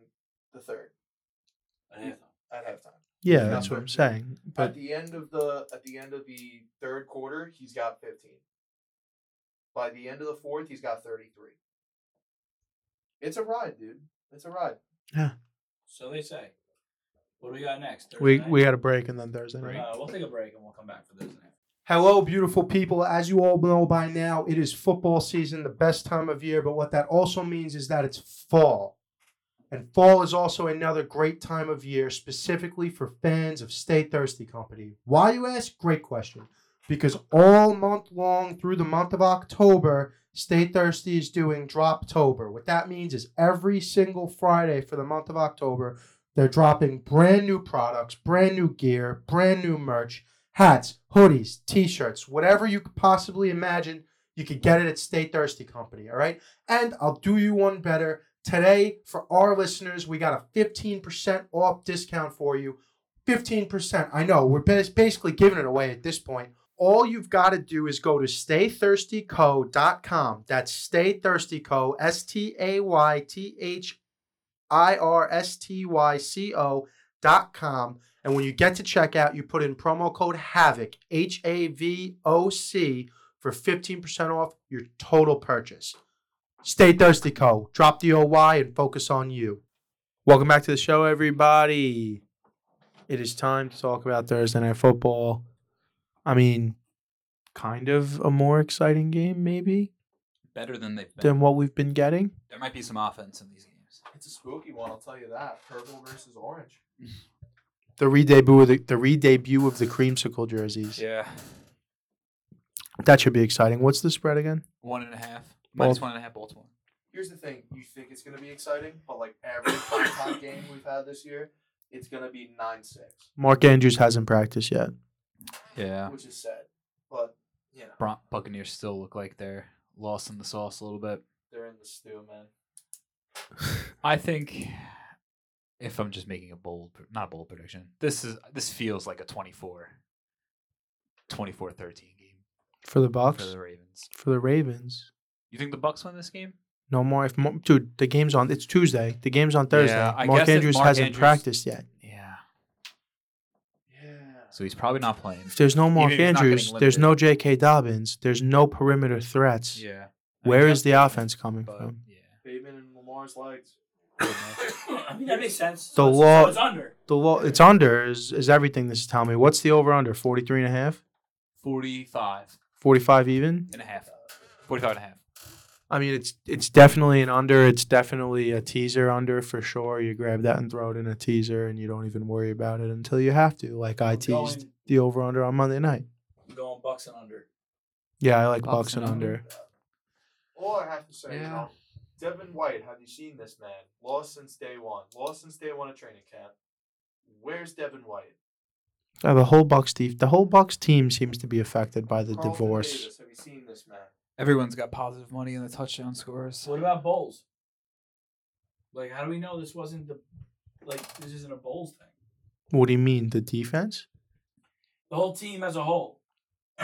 the third Yeah. at halftime. Yeah, Yeah. that's what I'm saying. at But the end of the at the end of the third quarter, he's got 15. By the end of the fourth, he's got 33. It's a ride, dude. It's a ride. So they say. What do we got next? Thursday we night? we had a break and then Thursday night. Uh, we'll take a break and we'll come back for Thursday night. Hello, beautiful people. As you all know by now, it is football season, the best time of year, but what that also means is that it's fall. And fall is also another great time of year, specifically for fans of Stay Thirsty Company. Why, you ask? Great question. Because all month long through the month of October, Stay Thirsty is doing Droptober. What that means is every single Friday for the month of October, they're dropping brand new products, brand new gear, brand new merch hats, hoodies, t-shirts, whatever you could possibly imagine, you could get it at Stay Thirsty Company, all right? And I'll do you one better. Today, for our listeners, we got a 15% off discount for you. 15%. I know, we're bas- basically giving it away at this point. All you've got to do is go to staythirstyco.com. That's staythirstyco, S T A Y T H I R S T Y C O dot com. And when you get to checkout, you put in promo code HAVOC, H A V O C, for 15% off your total purchase. Stay thirsty, Co. Drop the OY and focus on you. Welcome back to the show, everybody. It is time to talk about Thursday night football. I mean, kind of a more exciting game, maybe. better than they've been. than what we've been getting. There might be some offense in these games. It's a spooky one, I'll tell you that. Purple versus orange. The re-debut of the, the re-debut of the creamsicle jerseys. Yeah, That should be exciting. What's the spread again? one and a half. Minus Balt- one and a half Baltimore. Here's the thing: you think it's gonna be exciting, but like every primetime game we've had this year, it's gonna be nine six, Mark Andrews hasn't practiced yet. Yeah, which is sad. But you know, Bron- Buccaneers still look like they're lost in the sauce a little bit. they're in the stew, man. I think if I'm just making a bold, not a bold prediction, this is this feels like a 24, 24 13 game For the for Bucks, the Ravens. for the Ravens. You think the Bucks win this game? No more. If Mo- dude, the game's on. It's Tuesday. The game's on Thursday. Yeah, I Mark guess if Andrews Mark hasn't Andrews- practiced yet. Yeah. Yeah. So he's probably not playing. If there's no Mark if he's not getting Andrews, there's limited. no J.K. Dobbins. There's no perimeter threats. Yeah. Where is the offense coming But from? yeah. Bateman and Lamar's legs. I mean, that makes sense. The So it's- law- So it's under. The law, it's under is, is everything this is telling me. What's the over under? 43 and a half? 45 45 even? and a half. 45 and a half. I mean, it's it's definitely an under. It's definitely a teaser under for sure. You grab that and throw it in a teaser, and you don't even worry about it until you have to. Like I I'm teased going- the over under on Monday night. I'm going Bucks and under. Yeah, I like Bucks Bucks and and under. All I have to say, you Yeah. know, Devin White, have you seen this man? Lost since day one. Lost since day one at training camp. Where's Devin White? Yeah, Uh, the whole Bucks team, the whole Bucks team seems to be affected by the Carlton divorce. Davis, have you seen this man? Everyone's got positive money in the touchdown scores. What about bowls? Like, how do we know this wasn't the, like, this isn't a bowls thing? What do you mean, the defense? The whole team as a whole.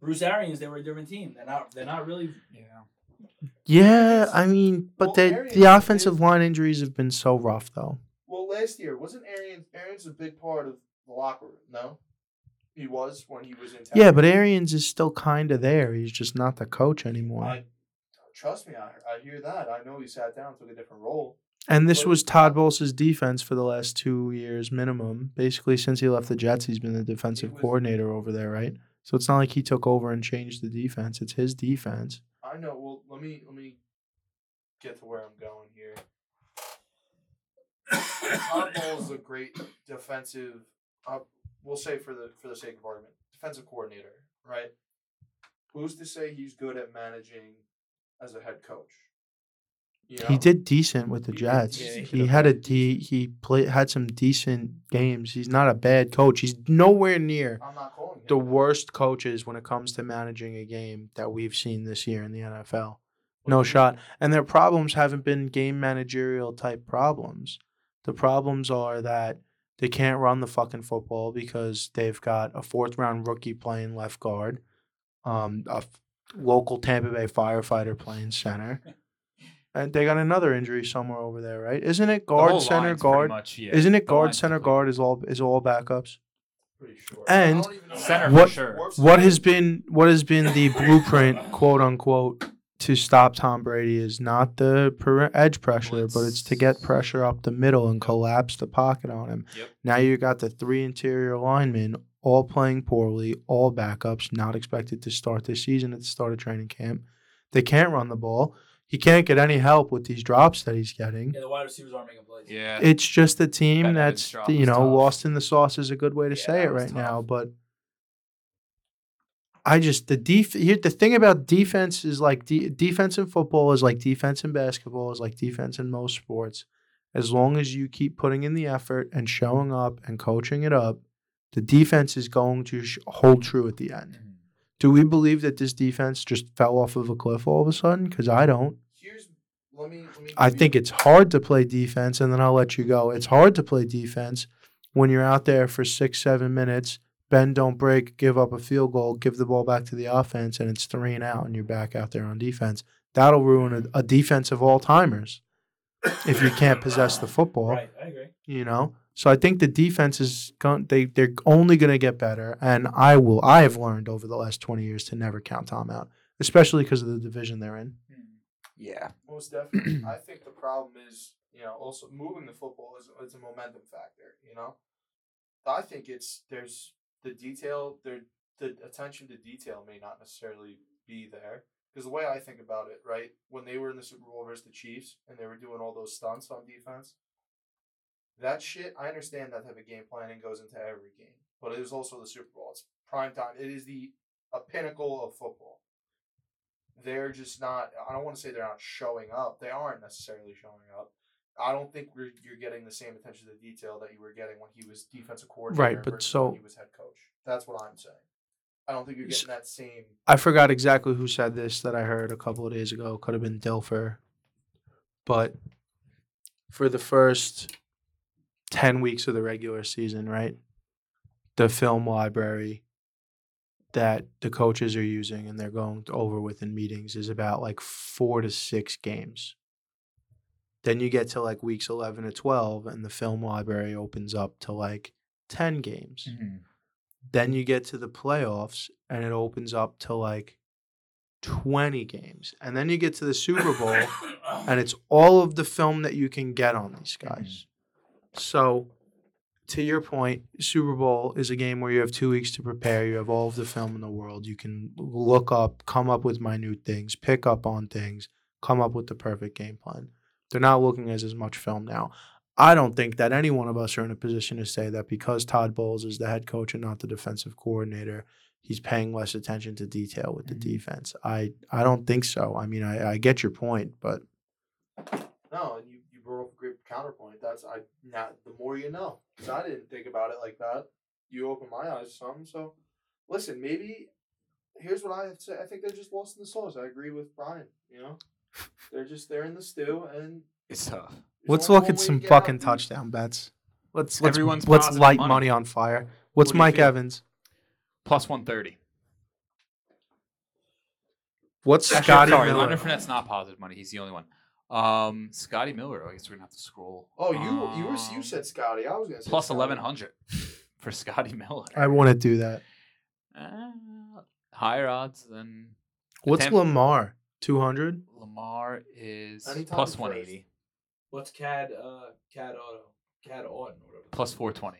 Bruce Arians, they were a different team. They're not. They're not really. Yeah. Yeah, I mean, Well, but the Arians the is- offensive line injuries have been so rough though. Well, last year wasn't Arians? Arians a big part of the locker room. No, he was when he was in. Town. Yeah, but Arians is still kind of there. He's just not the coach anymore. I, trust me, I, I hear that. I know he sat down, took a different role. And this But- was Todd Bowles' defense for the last two years minimum. Basically, since he left the Jets, he's been the defensive He was- coordinator over there, right? So it's not like he took over and changed the defense. It's his defense. I know. Well, let me let me get to where I'm going here. Todd Bowles is a great defensive. Uh, we'll say for the for the sake of argument, defensive coordinator, right? Who's to say he's good at managing as a head coach? You He know? did decent with the He did Jets. decent. he had a de- he played had some decent games. He's not a bad coach. He's nowhere near I'm not calling him the that. worst coaches when it comes to managing a game that we've seen this year in the NFL. What No do you shot. And their problems haven't been game managerial type problems. The problems are that they can't run the fucking football because they've got a fourth round rookie playing left guard, um, a f- local Tampa Bay firefighter playing center. And they got another injury somewhere over there, right? Isn't it guard, center, guard? Much, yeah. Isn't it The guard, line's center, complete. guard is all is all backups? Pretty sure. And I don't even know that. Center for What- sure. what has been what has been the blueprint, quote unquote, to stop Tom Brady is not the per- edge pressure, but it's to get pressure up the middle and collapse the pocket on him. Yep. Now you got the three interior linemen all playing poorly, all backups, not expected to start this season at the start of training camp. They can't run the ball. He can't get any help with these drops that he's getting. Yeah, the wide receivers aren't making plays. Yeah. It's just a team That Evans that's drop you was know tough. lost in the sauce is a good way to Yeah, say that it was right now, tough. but I just the def here the thing about defense is like de- defense in football is like defense in basketball is like defense in most sports. As long as you keep putting in the effort and showing up and coaching it up, the defense is going to sh- hold true at the end. Mhm. Do we believe that this defense just fell off of a cliff all of a sudden? Because I don't. Here's let me. Let me I give you- think it's hard to play defense, and then I'll let you go. It's hard to play defense when you're out there for six, seven minutes, bend, don't break, give up a field goal, give the ball back to the offense, and it's three and out, and you're back out there on defense. That'll ruin a, a defense of all timers if you can't possess the football, Right. I agree. you know? So I think the defense is going they they're only going to get better and I will I have learned over the last 20 years to never count Tom out especially because of the division they're in. Yeah. Most definitely. I think the problem is, you know, also moving the football is it's a momentum factor, you know? I think it's there's the detail there the attention to detail may not necessarily be there Because the way I think about it, right, when they were in the Super Bowl versus the Chiefs and they were doing all those stunts on defense, that shit, I understand that type of game planning goes into every game. But it is also the Super Bowl. It's prime time. It is the a pinnacle of football. They're just not I don't want to say they're not showing up. They aren't necessarily showing up. I don't think we're, you're getting the same attention to detail that you were getting when he was defensive coordinator but versus so- when he was head coach. That's what I'm saying. I don't think you're S- getting that same I forgot exactly who said this that I heard a couple of days ago. Could have been Dilfer. But for the first 10 weeks of the regular season, right? The film library that the coaches are using and they're going over with in meetings is about like four to six games. Then you get to like weeks 11 to 12, and the film library opens up to like 10 games Mm-hmm. then you get to the playoffs and it opens up to like 20 games and then you get to the super bowl and it's all of the film that you can get on these guys so to your point super bowl is a game where you have two weeks to prepare you have all of the film in the world you can look up come up with minute things pick up on things come up with the perfect game plan they're not looking at as much film now I don't think that any one of us are in a position to say that because Todd Bowles is the head coach and not the defensive coordinator, he's paying less attention to detail with the defense. I, I don't think so. I mean, I, I get your point, but No, and you, you brought up a great counterpoint. That's I not the more you know. 'Cause I didn't think about it like that. You opened my eyes some. So, listen, maybe here's what I have to say. I think they're just lost in the sauce. I agree with Brian. You know, they're just they're in the stew, and It's tough. there's let's only look one at way some to get out, fucking dude. touchdown bets. Let's let's, Everyone's let's positive light money. money. on fire. What's What do you Mike feel? Evans? Plus one thirty. What's Actually, Scotty sorry, Miller? Leonard Fournette's not positive money. He's the only one. Um, Scotty Miller. I guess we're gonna have to scroll. Oh, you you were Um, you said Scotty. I was gonna say plus Scotty. eleven hundred for Scotty Miller. I want to do that. Uh, higher odds than What's Tampa- Lamar? Two hundred. Lamar is Anytime plus first. one eighty, What's CAD? Uh, CAD Auto. CAD Auton or whatever. plus four twenty.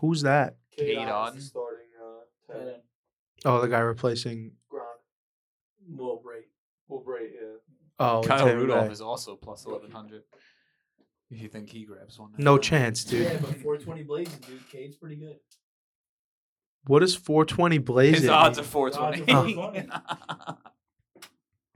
Who's that? Kate Kate Otten Otten. is starting uh, And tight then end. Oh, the guy replacing. Gronk. Will Bray. Well, Bray, yeah. Oh, Kyle Taylor Rudolph May. is also plus eleven hundred. You think he grabs one? No chance, dude. Yeah, but 420 blazing, dude. Cade's pretty good. What is 420 blazing? His odds are mean? four twenty. Odds are 420.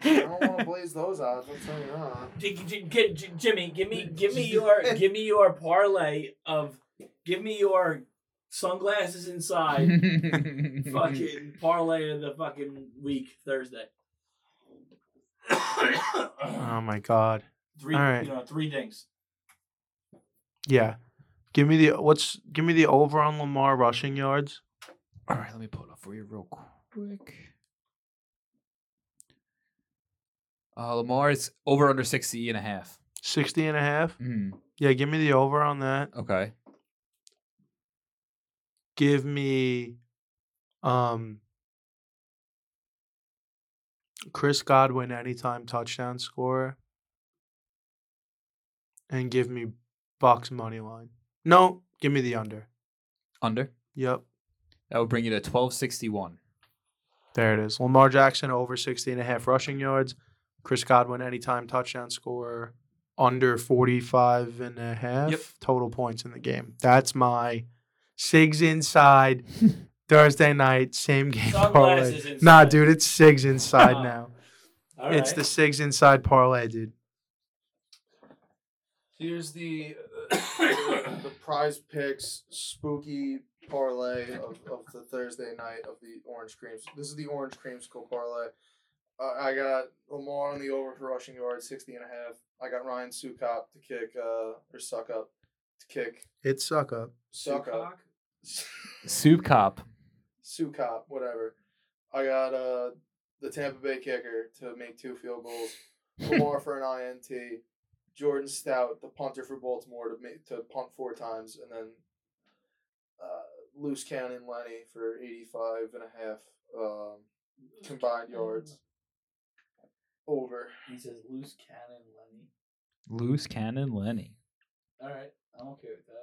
I don't want to blaze those odds. I'm telling you that. J- J- J- J- Jimmy, give me give me your give me your parlay of give me your sunglasses inside fucking parlay of the fucking week Thursday. Oh my god. three All right. you know, three dings. Yeah. Give me the what's give me the over on Lamar rushing yards. All right, let me pull it up for you real quick. Uh, Lamar is over under 60 and a half. 60 and a half. Mm, Yeah, give me the over on that. okay. Give me um Chris Godwin anytime touchdown scorer. And give me Bucks money line. No, give me the under. Under. Yep. That would bring you to 1261. There it is. Lamar Jackson over 60 and a half rushing yards. Chris Godwin anytime touchdown scorer under 45 and a half Yep. total points in the game. That's my SIGs inside Thursday night same game parlay. Sunglasses inside. Nah, dude, it's SIGs inside Oh, now. All It's right. the SIGs inside parlay, dude. Here's the the prize picks spooky parlay of, of the Thursday night of the orange creams. This is the orange creamsicle parlay. Uh, I got Lamar on the over for rushing yards, 60 and a half. I got Ryan Sukop to kick uh, or suck up to kick. It's suck up. Suck up. Cock? Soup Cop. Sukop, whatever. I got uh, the Tampa Bay kicker to make two field goals. Lamar for an INT. Jordan Stout, the punter for Baltimore, to make, to punt four times, and then uh, loose cannon Lenny for 85 and a half um, combined yards. Over. He says loose cannon Lenny. Loose Cannon Lenny. All right, I'm okay with that.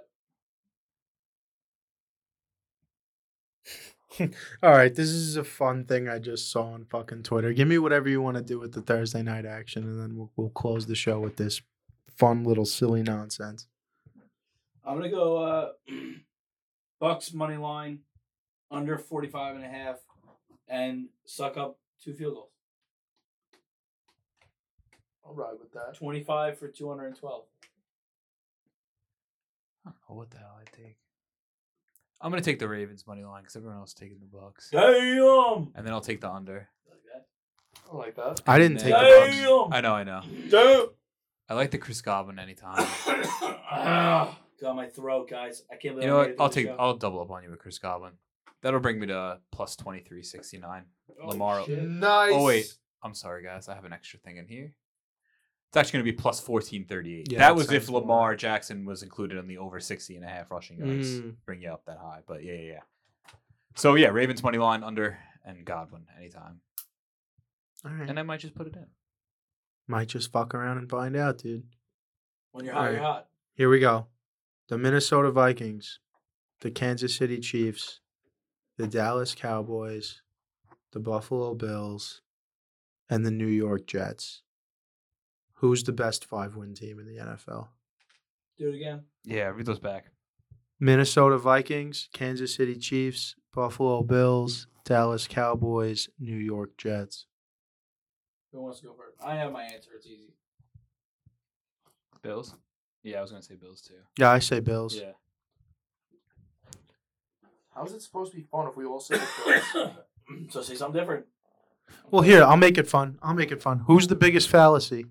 All right, this is a fun thing I just saw on fucking Twitter. Give me whatever you want to do with the Thursday night action, and then we'll, we'll close the show with this fun little silly nonsense. I'm gonna go uh Bucks money line under 45 and a half and suck up two field goals. I'll ride with that. 25 for 212. I don't know what the hell I take. I'm gonna take the Ravens money line because everyone else is taking the Bucks, Damn. and then I'll take the under. Like that. I like that. I didn't And take then- the Bucks. Damn. I know, I know. Damn. I like the Chris Goblin anytime. Ah, Got my throat, guys. I can't believe You I know made what? it I'll through take. the show. I'll double up on you with Chris Goblin. That'll bring me to plus twenty three sixty nine. Lamar. Nice. Oh wait, I'm sorry guys. I have an extra thing in here. It's actually going to be plus fourteen thirty eight. Yeah, that that was sounds if more. Lamar Jackson was included in the over 60 and a half rushing yards, Mm. bring you up that high. But yeah, yeah, yeah. So yeah, Ravens money line under and Godwin anytime, All right, and I might just put it in. might just fuck around and find out, dude. When you're hot, you're Alright. hot. Here we go. The Minnesota Vikings, the Kansas City Chiefs, the Dallas Cowboys, the Buffalo Bills, and the New York Jets. Who's the best five win team in the NFL? Do it again. Yeah, read those back. Minnesota Vikings, Kansas City Chiefs, Buffalo Bills, Dallas Cowboys, New York Jets. Who wants to go first? I have my answer. It's easy. Bills. Yeah, I was going to say Bills too. Yeah, I say Bills. Yeah. How's it supposed to be fun if we all say the Bills? so say something different. Well, here, I'll make it fun. I'll make it fun. Who's the biggest fallacy?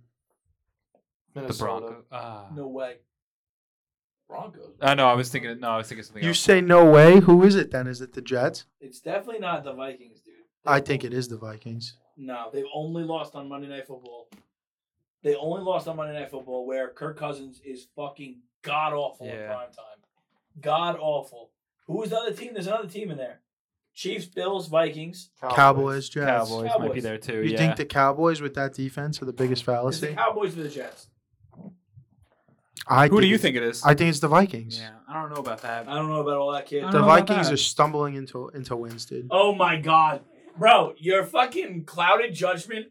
The Minnesota. Broncos. Ah. No way. Broncos. Uh, no, I was thinking. No, I was thinking something You else. say no way. Who is it then? Is it the Jets? It's definitely not the Vikings, dude. I think it is the Vikings. No, they've only lost on Monday Night Football. They only lost on Monday Night Football where Kirk Cousins is fucking god awful in Yeah. prime time. God awful. Who is the other team? There's another team in there. Chiefs, Bills, Vikings. Cowboys, Jets. Cowboys, might be Cowboys. there too. You yeah. think the Cowboys with that defense are the biggest It's the fallacy? Cowboys or the Jets. I Who do you it's- think it is? I think it's the Vikings. yeah, I don't know about that. I don't know about all that, kid. I don't The know about Vikings that. are stumbling into into wins, dude. Oh my god. Bro, your fucking clouded judgment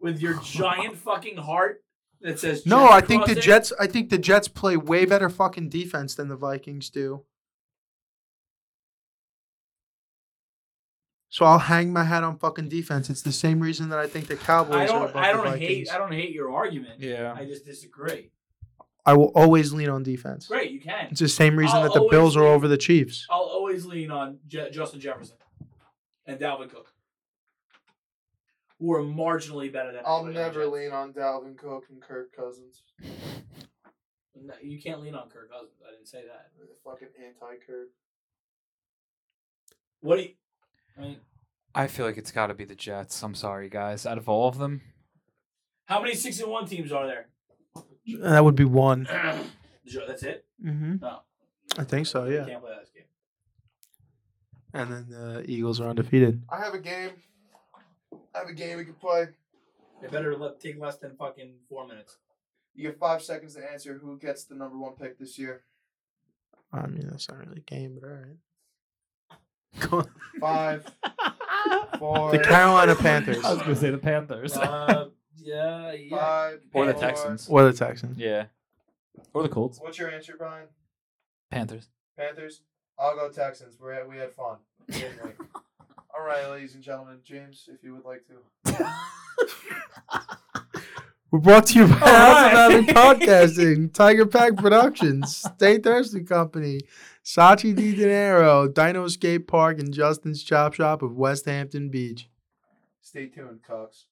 with your giant fucking heart that says No, Jets I think the across it. Jets. I think the Jets play way better fucking defense than the Vikings do. So I'll hang my hat on fucking defense. It's the same reason that I think the Cowboys I are don't above the I don't Vikings. hate I don't hate your argument. Yeah. I just disagree. I will always lean on defense. Great, you can. It's the same reason I'll that the always Bills are lean- over the Chiefs. I'll always lean on Je- Justin Jefferson and Dalvin Cook, who are marginally better than. I'll anybody on never the lean on Dalvin Cook and Kirk Cousins. Jets. No, you can't lean on Kirk Cousins. I didn't say that. They're fucking anti-Kirk. What do you? I mean, I feel like it's got to be the Jets. I'm sorry, guys. Out of all of them, how many six and one teams are there? That would be one. Jo- That's it. Mm-hmm. No, I think so, You yeah. can't play that game. And then the Eagles are undefeated. I have a game. I have a game we can play. They better let, take less than fucking four minutes. You get five seconds to answer who gets the number one pick this year. I mean, that's not really a game, but all right. Five, four, the Carolina Panthers I was gonna say the Panthers Uh, yeah, yeah. five, or the four. Texans. or the Texans. Yeah, or the Colts. What's your answer, Brian? Panthers. Panthers. I'll go Texans. We had we had fun. Didn't we? All right, ladies and gentlemen, James, if you would like to. We're brouut to you by House of right. Avid Podcasting, Tiger Pack Productions, Stay Thirsty Company, Sachi Di Dinero, Dino Skate Park, and Justin's Chop Shop of West Hampton Beach. Stay tuned, Cox.